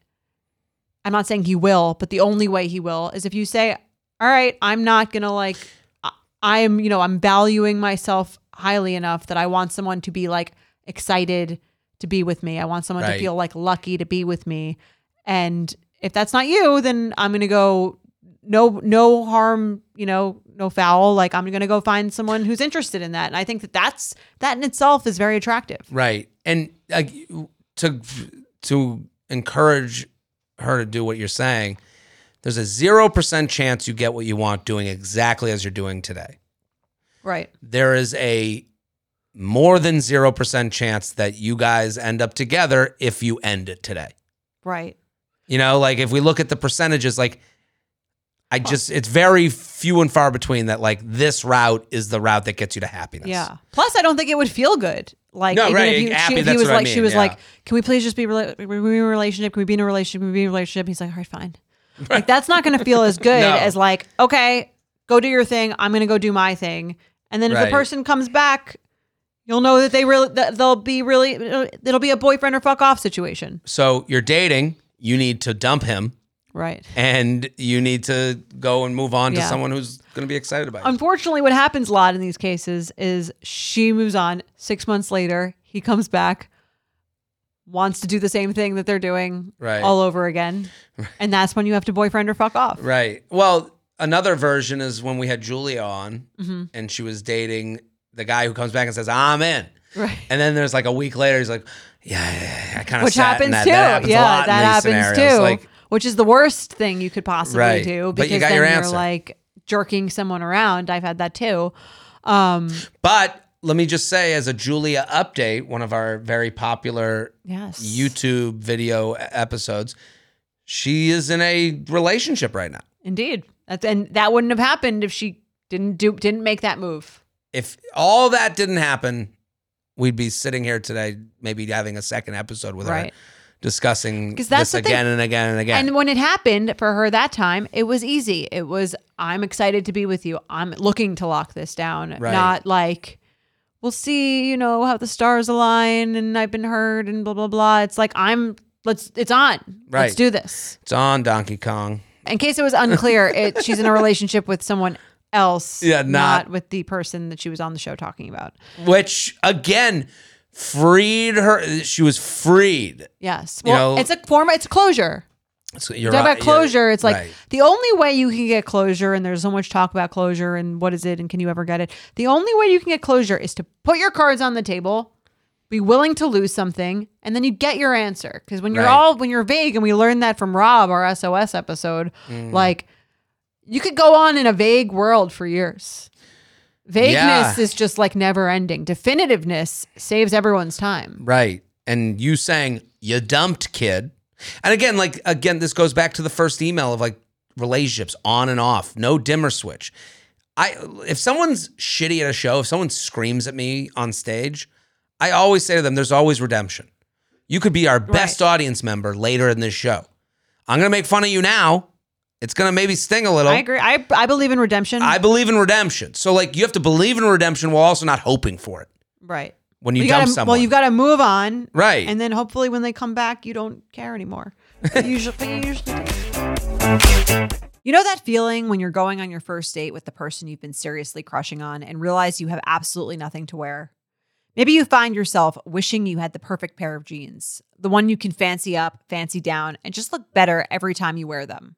I'm not saying he will, but the only way he will is if you say, "All right, I'm not going to like I- I'm, you know, I'm valuing myself highly enough that I want someone to be like excited to be with me. I want someone Right. to feel like lucky to be with me." And if that's not you, then I'm going to go no no harm, you know, no foul. Like I'm going to go find someone who's interested in that. And I think that that's that in itself is very attractive. Right. And like to to encourage her to do what you're saying, there's a 0% chance you get what you want doing exactly as you're doing today. Right. There is a more than 0% chance that you guys end up together if you end it today. Right. You know, like if we look at the percentages, like I just it's very few and far between that like this route is the route that gets you to happiness. Yeah. Plus, I don't think it would feel good. Like, No, even right, if he, happy, she, if he that's was what I like, she mean, was yeah. like, can we please just be, rela- we- we in a relationship? Can we be in a relationship? Can we be in a relationship? And he's like, all right, (laughs) fine. Like, that's not going to feel as good No. as like, okay, go do your thing. I'm going to go do my thing. And then if Right. the person comes back, you'll know that they really, that they'll be really, it'll be a boyfriend or fuck off situation. So you're dating, you need to dump him Right. and you need to go and move on to Yeah. someone who's going to be excited about you. Unfortunately, what happens a lot in these cases is she moves on. Six months later, he comes back, wants to do the same thing that they're doing Right. all over again. And that's when you have to boyfriend or fuck off. Right. Well, another version is when we had Julia on Mm-hmm. and she was dating the guy who comes back and says, "I'm in." Right. And then there's like a week later, he's like, "Yeah, yeah, yeah, I kind of (laughs) Which happens that. too. That happens yeah, a lot in that these happens scenarios. too. Like, which is the worst thing you could possibly Right. do But because you got then your you're answer. like jerking someone around. I've had that too. Um, but let me just say, as a Julia update, one of our very popular yes. YouTube video e- episodes, she is in a relationship right now. Indeed. That's, and that wouldn't have happened if she didn't do didn't make that move. if all that didn't happen, we'd be sitting here today, maybe having a second episode with her, Right. discussing 'Cause this that's the thing. again and again and again. And when it happened for her that time, it was easy. It was, I'm excited to be with you. I'm looking to lock this down. Right. Not like, we'll see, you know, how the stars align and I've been heard and blah, blah, blah. It's like, I'm, let's, it's on. Right. Let's do this. it's on Donkey Kong. In case it (laughs) was unclear, it, she's in a relationship with someone else. Yeah, not- with the person that she was on the show talking about. Which again freed her she was freed. Yes. You Well, know- it's a form, it's closure. So you're talk right- about closure. you're- It's like right. the only way you can get closure, and there's so much talk about closure and what is it and can you ever get it. The only way you can get closure is to put your cards on the table, be willing to lose something, and then you get your answer. Because when you're Right. all when you're vague, and we learned that from Rob, our SOS episode, Mm. like you could go on in a vague world for years. Vagueness Yeah. is just like never ending. Definitiveness saves everyone's time. Right. and you saying you dumped kid and again like again this goes back to the first email of like relationships on and off no dimmer switch i if someone's shitty at a show if someone screams at me on stage i always say to them there's always redemption you could be our best audience member later in this show i'm gonna make fun of you now it's gonna maybe sting a little I agree. I, I believe in redemption. I believe in redemption so like you have to believe in redemption while also not hoping for it right. when you, You dump gotta, someone well, you've got to move on. Right. And then hopefully when they come back, you don't care anymore. But usually, but you usually do. You know that feeling when you're going on your first date with the person you've been seriously crushing on and realize you have absolutely nothing to wear? Maybe you find yourself wishing you had the perfect pair of jeans, the one you can fancy up, fancy down, and just look better every time you wear them.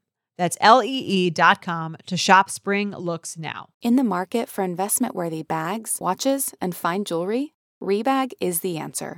That's E lee.com to shop spring looks now. In the market for investment worthy bags, watches, and fine jewelry, Rebag is the answer.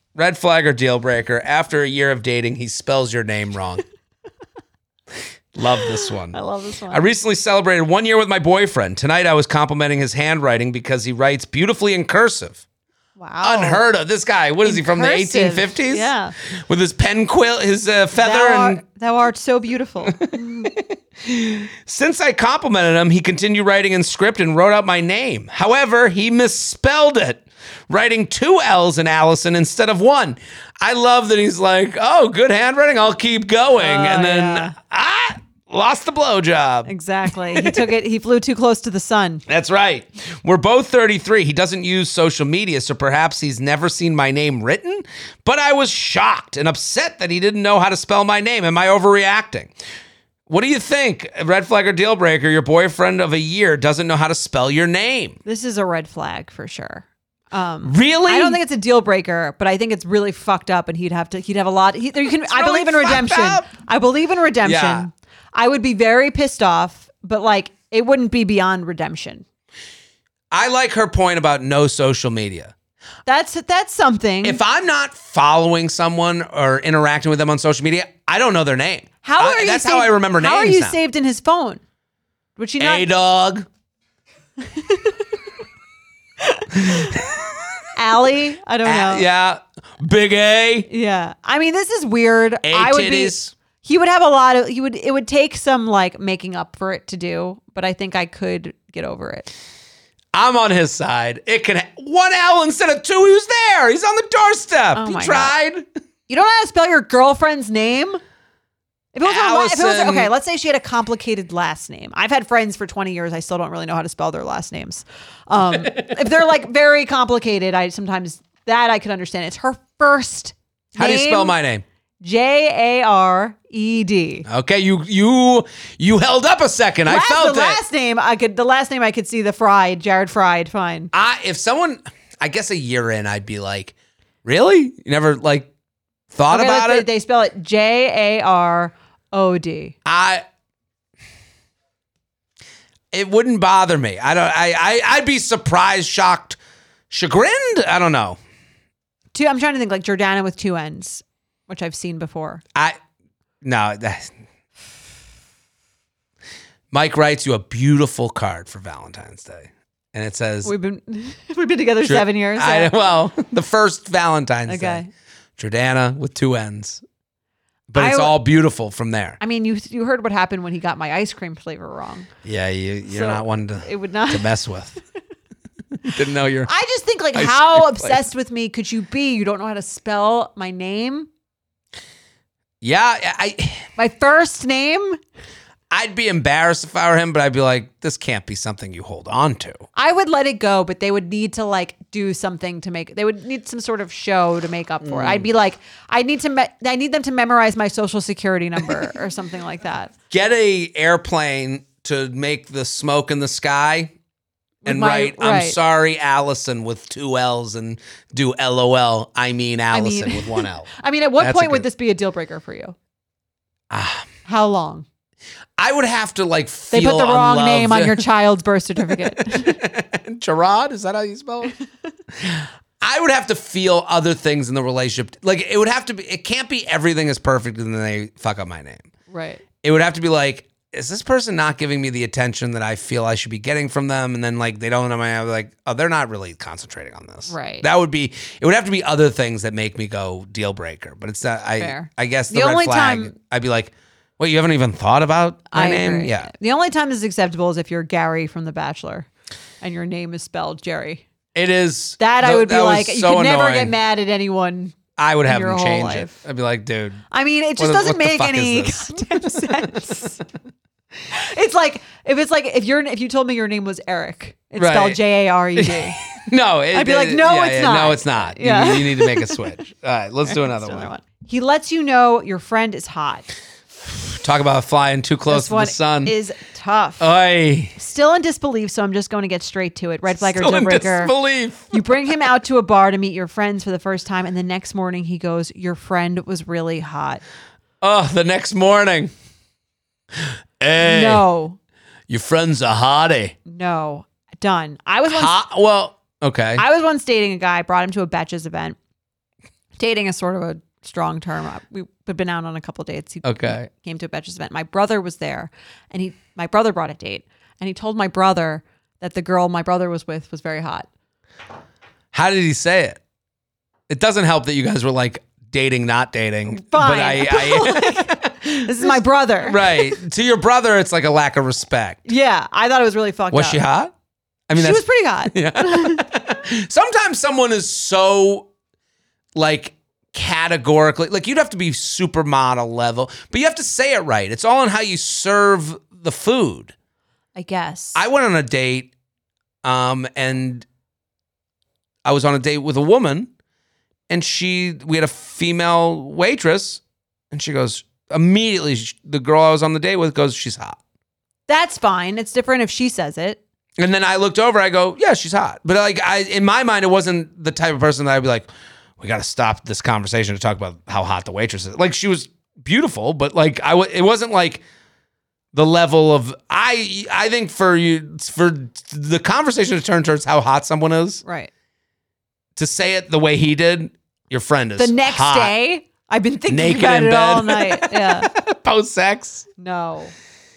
Red flag or deal breaker. After a year of dating, he spells your name wrong. love this one. I love this one. I recently celebrated one year with my boyfriend. Tonight, I was complimenting his handwriting because he writes beautifully in cursive. Wow. Unheard of. This guy, what is he from Oh. Cursive. the 1850s? Yeah. With his pen quill, his uh, feather, Thou and art, thou art so beautiful. Since I complimented him, he continued writing in script and wrote out my name. However, he misspelled it, writing two L's in Allison instead of one. I love that he's like, oh, good handwriting. I'll keep going. and then, ah, lost the blowjob. exactly. He took it, he flew too close to the sun. That's right. We're both 33. He doesn't use social media, so perhaps he's never seen my name written. But I was shocked and upset that he didn't know how to spell my name. Am I overreacting? What do you think? Red flag or deal breaker? Your boyfriend of a year doesn't know how to spell your name. This is a red flag for sure. Um, Really? I don't think it's a deal breaker, but I think it's really fucked up, and he'd have to. He'd have a lot. He, there you can. I really believe in fucked redemption. up. I believe in redemption. Yeah. I would be very pissed off, but like it wouldn't be beyond redemption. I like her point about no social media. That's that's something. If I'm not following someone or interacting with them on social media, I don't know their name. how I- are you? That's saved, how I remember names. How are you now. saved in his phone? Would she not? A dog. Allie? I don't know. Yeah. Big A. Yeah. I mean, this is weird. A I would titties. be. He would have a lot of. He would. It would take some like making up for it to do, but I think I could get over it. I'm on his side. It can one L instead of two. Who's there? He's on the doorstep. Oh he my tried. You don't know how to spell your girlfriend's name. If it was, a la- if it was Allison. okay, let's say she had a complicated last name. I've had friends for twenty years. I still don't really know how to spell their last names. Um, (laughs) if they're like very complicated, I sometimes that I could understand. It's her first. How do you spell my name? J A R E D. Okay, you you you held up a second. I Last- felt the it. last name I could the last name I could see the fried Jared Fried fine. I if someone, I guess a year in, I'd be like, really? You never like thought Okay, about let's- it? They spell it J A R O D. I. It wouldn't bother me. I don't. I, I. I'd be surprised, shocked, chagrined. I don't know. Two I'm trying to think like Jordana with two N's, which I've seen before. I no that Mike writes you a beautiful card for Valentine's Day. And it says, We've been (laughs) we've been together Sure. seven years. I- so- well, (laughs) the first Valentine's okay. Day. Jordana with two N's. But I it's w- all beautiful from there. I mean, you you heard what happened when he got my ice cream flavor wrong. Yeah, you, you're So, not one to, It would not. to mess with. Didn't know you're. (laughs) I just think like Ice how cream flavor. obsessed with me could you be? You don't know how to spell my name, Yeah, I, my first name. I'd be embarrassed if I were him, but I'd be like, this can't be something you hold on to. I would let it go, but they would need to like do something to make. They would need some sort of show to make up for it. Mm. I'd be like, I need to. Me- I need them to memorize my social (laughs) security number or something like that. Get a airplane to make the smoke in the sky and my- write, I'm right. sorry, Allison with two L's and do LOL. I mean, mean- Allison with one (laughs) L. I mean, at what That's a point would good- this be a deal breaker for you? Ah. How long? I would have to like They feel put the wrong unloved. name on your (laughs) child's birth (laughs) certificate. Gerard, is that how you spell (laughs) it? I would have to feel other things in the relationship. Like it would have to be it can't be everything is perfect and then they fuck up my name. right. It would have to be like, is this person not giving me the attention that I feel I should be getting from them? And then like they don't know my I'm like, oh, they're not really concentrating on this. Right. That would be it would have to be other things that make me go deal breaker. But it's not I Fair. I guess the, The red only flag, time- I'd be like, wait, you haven't even thought about my I name? agree. Yeah. The only time this is acceptable is if you're Gary from The Bachelor and your name is spelled Jerry. It is That I th- would be was like, you so can never annoying. get mad at anyone. I would have your him whole change life. it. I'd be like, dude, I mean, it just What- doesn't what the make fuck any is this? (laughs) goddamn sense. it's like if it's like if you're if you told me your name was Eric, it's Right. spelled J A (laughs) R E D. no. (laughs) It, I'd be it- like, no, yeah, it's yeah, not. No, it's not. You- Yeah. You, need to (laughs) make a switch. All right, let's do another That's one. another one. He lets you know your friend is hot. Talk about flying too close this to the one sun. Uh, is tough. Oy. Still in disbelief, so I'm just going to get straight to it. Red flag or Still deal in breaker. disbelief. You bring him out to a bar to meet your friends for the first time, and the next morning he goes, Your friend was really hot. Oh, the next morning. Hey, No, your friend's a hottie. no, done. I was once, Hot. Well, okay. I was once dating a guy, brought him to a Betches event. Dating is sort of a strong term. Uh, We've been out on a couple dates. He Okay. came to a Betches event. My brother was there, and he, my brother brought a date, and he told my brother that the girl my brother was with was very hot. How did he say it? It doesn't help that you guys were like dating, not dating. But Fine. (laughs) I, I This is my (laughs) brother. right to your brother, it's like a lack of respect. Yeah, I thought it was really fucked Was up. she hot? I mean, she that's was (laughs) pretty hot. Yeah. Sometimes someone is so like categorically like you'd have to be supermodel level, but you have to say it right. It's all in how you serve the food. I guess. I went on a date um and I was on a date with a woman and she we had a female waitress and she goes immediately sh- the girl I was on the date with goes she's hot. That's fine. It's different if she says it. And then I looked over, I go, yeah, she's hot. But like I in my mind, it wasn't the type of person that I'd be like, we gotta stop this conversation to talk about how hot the waitress is. Like she was beautiful, but like I w- it wasn't like the level of I I think for you for the conversation to turn towards how hot someone is, Right. to say it the way he did, your friend is The next hot. (laughs) day, I've been thinking Naked about in it all bed. night. Yeah. post sex. No.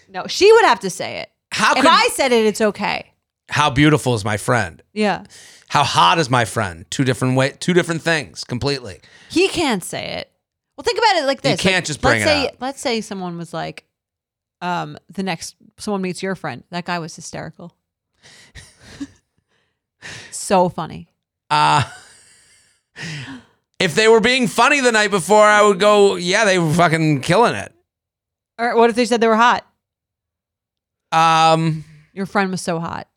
No. She would have to say it. How If could I said it, it's okay. how beautiful is my friend? Yeah. How hot is my friend? Two different way two different things completely. He can't say it. Well, think about it like You this. can't Like, just bring let's it say, up. Let's say someone was like, um, the next someone meets your friend. That guy was hysterical. (laughs) so funny. Uh, if they were being funny the night before, I would go, yeah, they were fucking killing it. Or what if they said they were hot? Um, Your friend was so hot.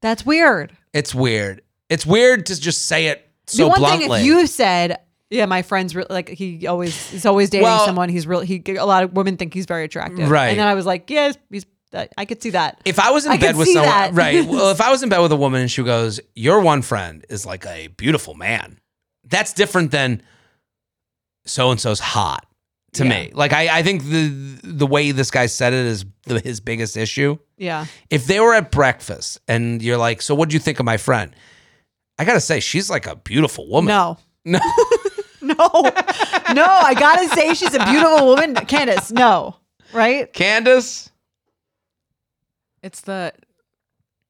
That's weird. it's weird. It's weird to just say it so the one bluntly. thing if you said yeah my friend's re- like he always he's always dating Well- someone he's real he a lot of women think he's very attractive Right. and then i was like yes he's, that i could see that If I was in I can bed with see someone, that. (laughs) right? Well, if I was in bed with a woman and she goes, "Your one friend is like a beautiful man," that's different than so and so's hot to me. Like I, I think the the way this guy said it is the, his biggest issue. yeah if they were at breakfast and you're like, so what do you think of my friend? I gotta say, she's like a beautiful woman. no Oh No. (laughs) no no i gotta say she's a beautiful woman candace no right Candace, It's the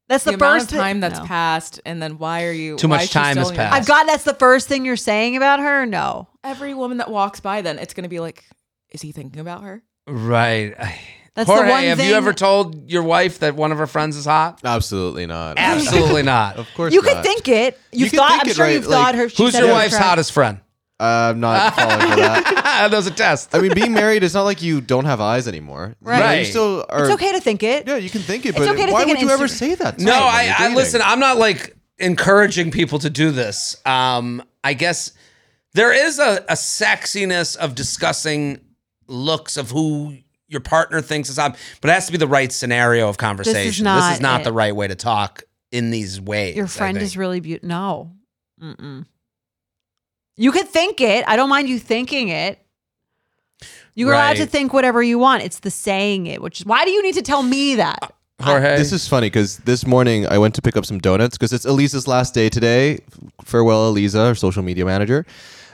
That's the, the, amount first of time thi- that's No. passed, and then why are you Too why much is she time still has in your- passed. I've got. That's the first thing you're saying about her. No, every woman that walks by. Then it's gonna be like, is he thinking about her? Right. That's the Jorge, one have thing- you ever told your wife that one of her friends is hot? Absolutely not. Absolutely not. Of course you not. could think it. You've You could thought. think I'm it, sure right? you've Like, thought her. (laughs) she Who's said your it wife's attract- hottest friend? I'm not falling for that. (laughs) that was a test. I mean, being married is not like you don't have eyes anymore. You know, Right. You still are. It's okay to think it. Yeah, you can think it, It's but okay to why think would on you ever Instagram. say that? to No, someone I, you're I dating? listen. I'm not like encouraging people to do this. Um, I guess there is a, a sexiness of discussing looks of who your partner thinks is on, but it has to be the right scenario of conversation. not it. the right way to talk in these ways. Your I friend think. is really beautiful. No. Mm-mm. You could think it. I don't mind you thinking it. You're allowed to Right. think whatever you want. It's the saying it, which is why do you need to tell me that? Jorge. This is funny because this morning I went to pick up some donuts because it's Elisa's last day today. Farewell, Elisa, our social media manager.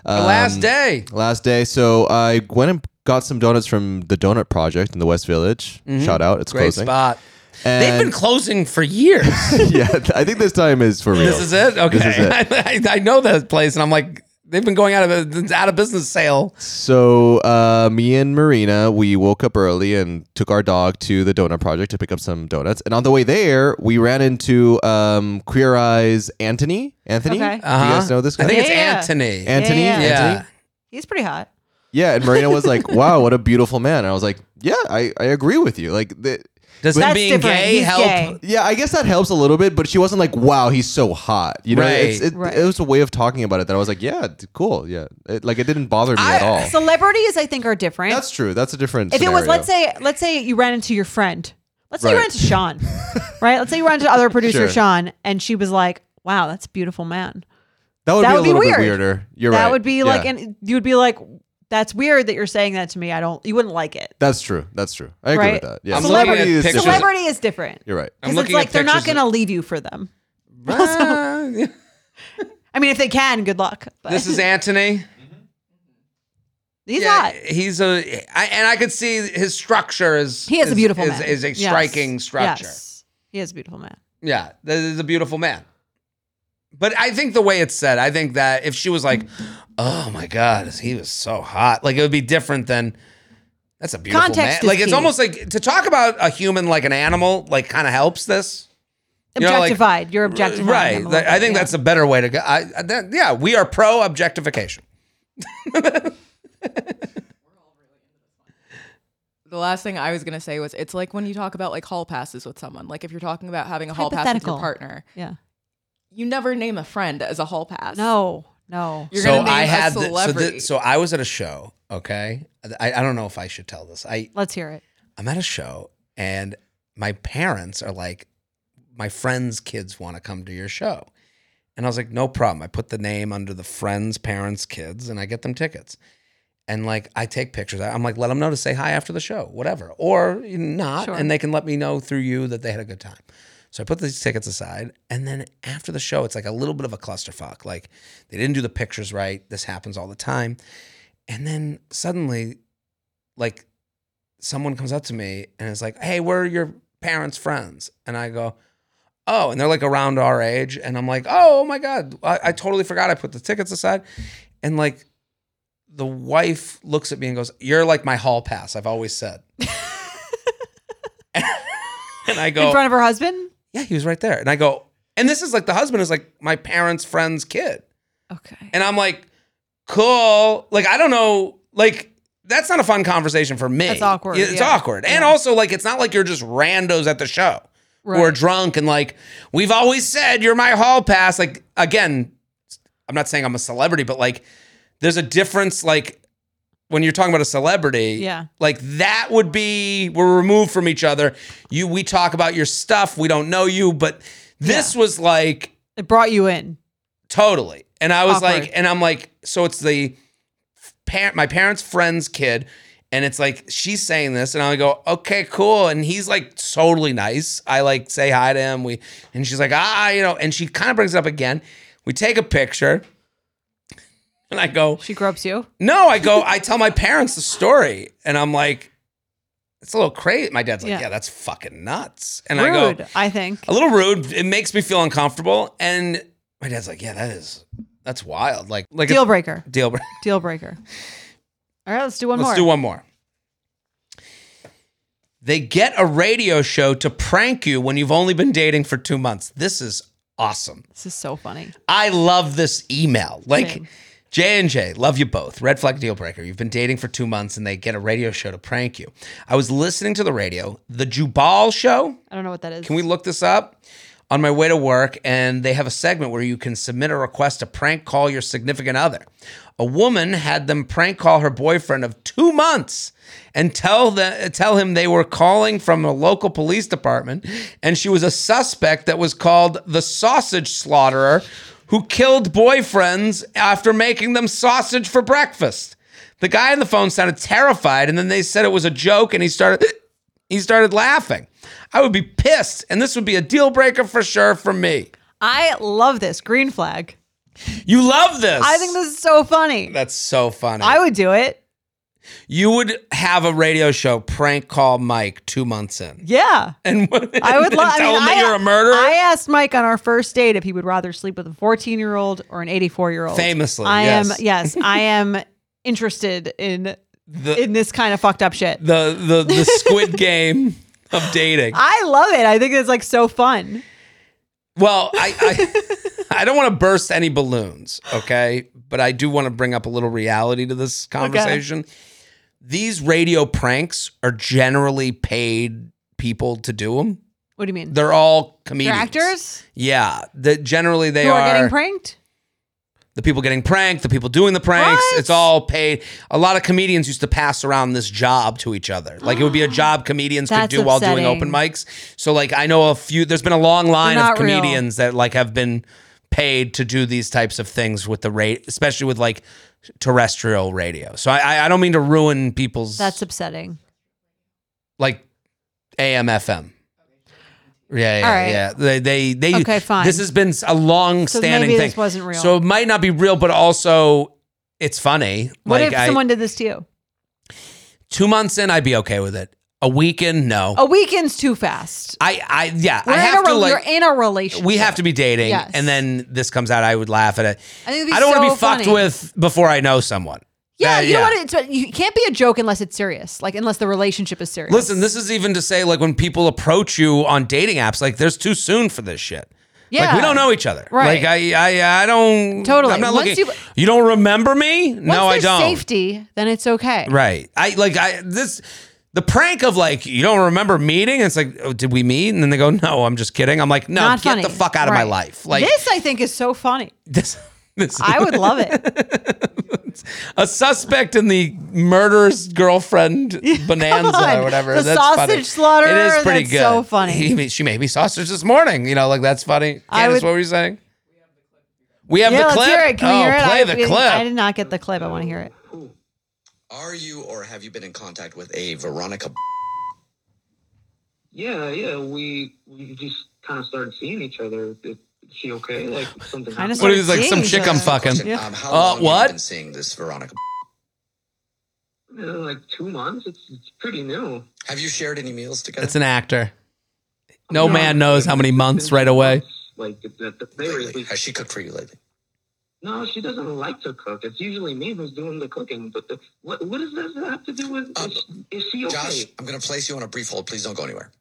the last Um, day. Last day. So I went and got some donuts from the Donut Project in the West Village. Shout out. It's Mm-hmm. Great closing. spot. They've And- (laughs) been closing for years. yeah, I think this time is for real. this is it. Okay, This is (laughs) it. I, I know that place, and I'm like, they've been going out of out of business sale. So, uh, me and Marina, we woke up early and took our dog to the Donut Project to pick up some donuts. And on the way there, we ran into um, Queer Eyes Anthony. Anthony, Okay. do you guys know this guy? Uh-huh. I think it's Yeah, yeah. Anthony. Anthony. Yeah, yeah. Yeah. Anthony. He's pretty hot. Yeah, and Marina was like, (laughs) "Wow, what a beautiful man." And I was like, "Yeah, I, I agree with you." Like, the, Does But- him That's being different. gay He's help? (laughs) gay. yeah, I guess that helps a little bit, but she wasn't like, "Wow, he's so hot." You know, it's, Right. it, Right. it was a way of talking about it that I was like, "Yeah, d- cool." Yeah, it, like it didn't bother me at all. Celebrities, I think, are different. That's true. That's a different. if it was, scenario. let's say, let's say you ran into your friend. Let's say you Right. ran into (laughs) Sean, right? Let's say you ran into other producer Sure. Sean, and she was like, "Wow, that's a beautiful man." That would That be a would be little bit weird. weirder. You're that right. would be Yeah. like, and you would be like, "That's weird that you're saying that to me. I don't. You wouldn't like it." That's true. That's true. I agree Right? with that. Yeah. I'm Celebrity- looking at is pictures. different. Celebrity is different. You're right. I'm Because it's looking like at they're not pictures going to leave you for them. (laughs) of- I mean, if they can, good luck. But this is Anthony. (laughs) he's Yeah, hot. He's a, I, and I could see his structure is He is, a beautiful is, man. is a Yes. striking structure. Yes. He is a beautiful man. Yeah, this is a beautiful man. But I think the way it's said, I think that if she was like, "Oh my God, is- he was so hot," like it would be different than. That's a beautiful Context man. is Like it's key. almost like to talk about a human like an animal, like kind of helps this. You know, like- Objectified. You're objectified. Right. That- I think that's a better way to go. I, I- that, yeah, we are pro objectification. The last thing I was gonna say was it's like when you talk about like hall passes with someone. Like if you're talking about having a hall pass with your Hypothetical. partner, yeah. you never name a friend as a hall pass. No. No. You're so gonna name I had a the- so, celebrity. thi- so I was at a show. Okay, I, I don't know if I should tell this. I Let's hear it. I'm at a show and my parents are like, my friends' kids want to come to your show. And I was like, no problem. I put the name under the friends, parents, kids, and I get them tickets. And like, I take pictures. I'm like, let them know to say hi after the show, whatever, or not. Sure. And they can let me know through you that they had a good time. So I put these tickets aside. And then after the show, it's like a little bit of a clusterfuck. Like, they didn't do the pictures right. This happens all the time. And then suddenly, like, someone comes up to me and is like, "Hey, we're your parents' friends," and I go, "Oh," and they're like around our age, and I'm like, "Oh, oh my god, I, I totally forgot I put the tickets aside," and like, the wife looks at me and goes, "You're like my hall pass. I've always (laughs) said." and I go, In front of her husband? "Yeah, he was right there," and I go, and this is like the husband is like my parents' friend's kid. Okay. And I'm like, cool. Like, I don't know. Like, that's not a fun conversation for me. That's awkward, It's yeah. awkward. And also, like, it's not like you're just randos at the show we who are Right. drunk and like, we've always said you're my hall pass. Like, again, I'm not saying I'm a celebrity, but like, there's a difference. Like, when you're talking about a celebrity, Yeah. like that would be we're removed from each other. You, we talk about your stuff. We don't know you, but this was like It brought you in. Totally. And I was Awkward. like, and I'm like, so it's the parent, my parents' friend's kid. And it's like, she's saying this. And I go, okay, cool. And he's like, totally nice. I like say hi to him. We, and she's like, ah, you know, and she kind of brings it up again. We take a picture. And I go, She gropes you. no, I go, I tell my parents the story. And I'm like, It's a little crazy. My dad's like, yeah, Yeah. that's fucking nuts. And I Rude, go, I think. a little rude. It makes me feel uncomfortable. And my dad's like, yeah, that is, that's wild. Like, like Deal breaker. a deal breaker. Deal breaker. All right, let's do one Let's more. do one more. They get a radio show to prank you when you've only been dating for two months. This is awesome. This is so funny. I love this email. Like Same. J and J, love you both. Red flag deal breaker. You've been dating for two months and they get a radio show to prank you. I was listening to the radio, the Jubal show. I don't know what that is. Can we look this up? On my way to work, and they have a segment where you can submit a request to prank call your significant other. A woman had them prank call her boyfriend of two months and tell the, tell him they were calling from a local police department, and she was a suspect that was called the sausage slaughterer, who killed boyfriends after making them sausage for breakfast. The guy on the phone sounded terrified, and then they said it was a joke, and he started. He started laughing. I would be pissed, and this would be a deal breaker for sure for me. I love this green flag. You love this. I think this is so funny. that's so funny. I would do it. you would have a radio show prank call Mike two months in, (laughs) Yeah. and, and I would love. tell I mean, him that I- you're a murderer. I asked Mike on our first date if he would rather sleep with a 14 year old or an 84 year old. Famously, I yes. am. Yes, I am interested in the, in this kind of fucked up shit. the the the Squid Game of dating. I love it. I think it's like so fun. Well, I (laughs) I, I don't want to burst any balloons, okay? But I do want to bring up a little reality to this conversation. These radio pranks are generally paid people to do them. What do you mean? They're all They're comedians. actors Yeah. The, generally, they who are, are getting pranked. the people getting pranked, the people doing the pranks. What? It's all paid. A lot of comedians used to pass around this job to each other. Like it would be a (gasps) job comedians could That's do while doing upsetting. open mics. So, like, I know a few, there's been a long line of not real. comedians that like have been paid to do these types of things with the rate, especially with like terrestrial radio. So I, I, I don't mean to ruin people's That's upsetting. like AM FM. Yeah, yeah, All right. yeah. They, they, they. Okay, fine. This has been a long-standing maybe thing. this wasn't real. So it might not be real, but also it's funny. What like if I, someone did this to you? two months in, I'd be okay with it. A weekend, no. A weekend's too fast. I, I, yeah. Oh. We're I in have a to re- like. you're in a relationship. we have to be dating, Yes. and then this comes out. I would laugh at it. I think it'd be I don't want to so be fucked funny. with before I know someone. Uh, Yeah, That- you know what? It's you can't be a joke unless it's serious. Like unless the relationship is serious. Listen, this is even to say like when people approach you on dating apps, like there's too soon for this shit. Like Yeah. we don't know each other. Right. Like I I I don't Totally. I'm not Once looking you, you- don't remember me? Once no, I there's don't. Safety, then it's okay. Right. I like I this the prank of like you don't remember meeting. It's like oh, did we meet? And then they go, no, I'm just kidding. I'm like, no, Not get funny. the fuck out of my Right. life. Like this, I think, is so funny. (laughs) this. this I would (laughs) love it. a suspect in the murderous (laughs) girlfriend bonanza come on. or whatever. The that's funny. sausage slaughterer, It is pretty that's good. so funny. He ma- she made me sausage this morning. You know, like that's funny. I Candace, would- what were you saying? We have yeah, the let's clip. hear it. Can oh, we hear it? play I, the we- clip. I did not get the clip. I want to hear it. Are you or have you been in contact with a Veronica? Yeah, yeah, we we just kind of started seeing each other. Is she okay? Like something. Kinda happened? what started is this, like some seeing chick each I'm other. fucking? Question, Um, how Uh, long what? have you been seeing this Veronica? Yeah, like two months. It's, it's pretty new. Have you shared any meals together? It's an actor. No Yeah. man knows how many months right away. Like at the very lately. least. Has she cooked for you lately? No, she doesn't like to cook. It's usually me who's doing the cooking. But the, what what does this have to do with? Um, is, is she okay? Josh, I'm going to place you on a brief hold. Please don't go anywhere.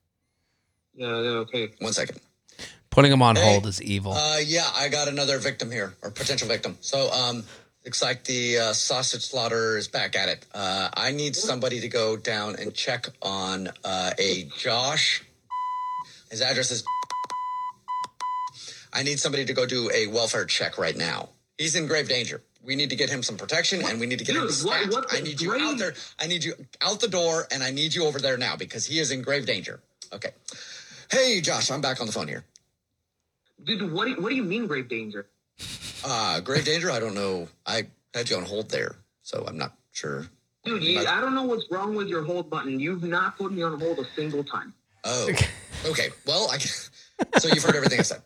Yeah, yeah, okay. One second. Putting him on Hey. hold is evil. Uh, yeah, I got another victim here or potential victim. So, um, looks like the uh, sausage slaughter is back at it. Uh, I need somebody to go down and check on uh, a Josh. His address is. I need somebody to go do a welfare check right now. He's in grave danger. We need to get him some protection, and we need to get him Dude, what- stacked. what the I need you grave- out there. I need you out the door, and I need you over there now because he is in grave danger. Okay. Hey, Josh, I'm back on the phone here. Dude, what do you, what do you mean grave danger? Uh, grave danger. I don't know. I had you on hold there, so I'm not sure. Dude, you, I don't know what's wrong with your hold button. You've not put me on hold a single time. (laughs) Oh, okay. Well, I. So you've heard everything I said.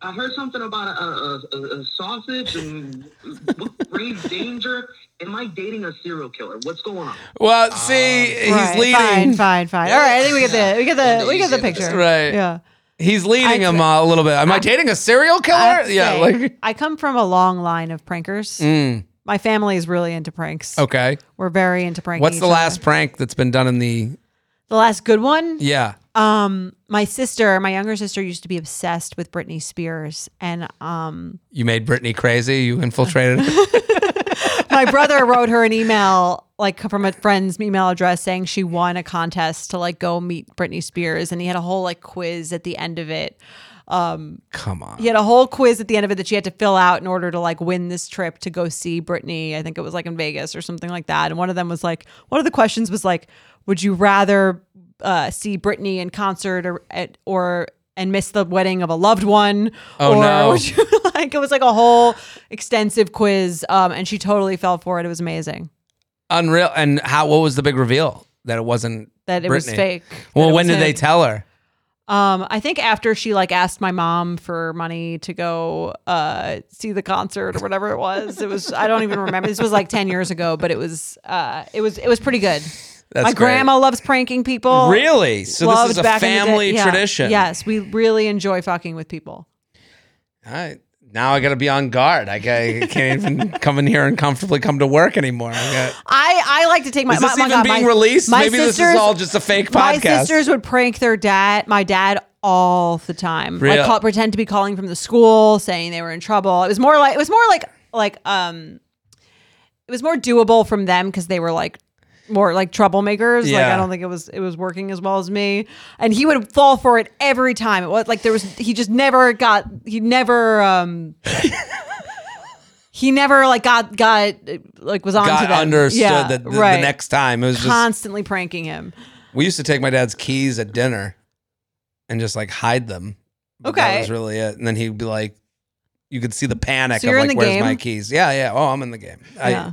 I heard something about a, a, a, a sausage and (laughs) what brings danger. Am I dating a serial killer? What's going on? Well, see, he's Right, leading. Fine, fine, fine. All right, I think we get the we get the we get the picture. Right. Yeah. He's leading I'd him uh, a little bit. Am I dating a serial killer? I'd Yeah, say like Mm. I come from a long line of prankers. My family is really into pranks. okay. We're very into Oh. pranking. What's each the other. last prank that's been done in the? The last good one? Yeah. Um my sister, my younger sister used to be obsessed with Britney Spears and um You made Brittany crazy. You infiltrated. (laughs) her. my brother wrote her an email like from a friend's email address saying she won a contest to like go meet Britney Spears and he had a whole like quiz at the end of it. Come on. He had a whole quiz at the end of it that she had to fill out in order to like win this trip to go see Britney. I think it was like in Vegas or something like that. And one of them was like, one of the questions was like, would you rather uh, see Britney in concert or at, or and miss the wedding of a loved one? Oh, or no. Would you, (laughs) like it was like a whole extensive quiz, um, and she totally fell for it. It was amazing Unreal. And how? What was the big reveal? That it wasn't. that it was Britney. fake. that Well, it when was did they him. tell her? Um, I think after she like asked my mom for money to go uh see the concert or whatever it was. It was I don't even remember. This was like ten years ago, but it was uh it was it was pretty good. That's my great. grandma loves pranking people. Really? So this Loved is a back in the day- family yeah. tradition. Yes, we really enjoy fucking with people. All right. Now I got to be on guard. I, ca- I can't (laughs) even come in here and comfortably come to work anymore. I got, I, I like to take my is this my, even my God, being my- released? my Maybe this is sisters- all just a fake podcast. My sisters would prank their dad, my dad, all the time. Really? Like call, pretend to be calling from the school, saying they were in trouble. It was more like it was more like like um, it was more doable from them because they were like more like troublemakers. Like Yeah. I don't think it was it was working as well as me. And he would fall for it every time. It was like there was he just never got he never um. He never like got got like was on to Got them. understood Yeah, that the, right. the next time it was just constantly pranking him. We used to take my dad's keys at dinner and just like hide them. But That Okay. was really it. And then he'd be like, you could see the panic So of you're in like, the where's game? my keys? Yeah, yeah. Oh, I'm in the game. I, yeah.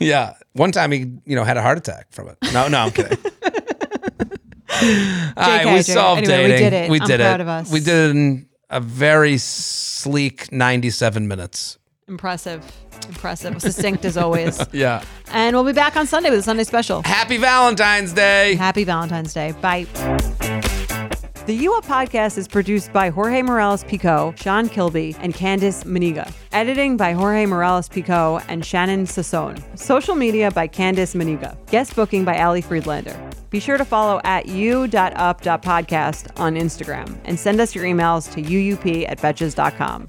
Yeah. One time he, you know, had a heart attack from it. No, no, I'm (laughs) kidding. All right, JK, we JK. solved Anyway, we dating. did it. We I'm did proud it. of us. We did it in a very sleek 97 minutes. Impressive. Impressive. Succinct as (laughs) always. Yeah. And we'll be back on Sunday with a Sunday special. Happy Valentine's Day. Happy Valentine's Day. Bye. The You Up podcast is produced by Jorge Morales Pico, Sean Kilby, and Candice Maniga. Editing by Jorge Morales Pico and Shannon Sassone. Social media by Candice Maniga. Guest booking by Ali Friedlander. Be sure to follow at u.up.podcast on Instagram and send us your emails to uup at betches.com.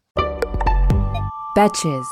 Betches.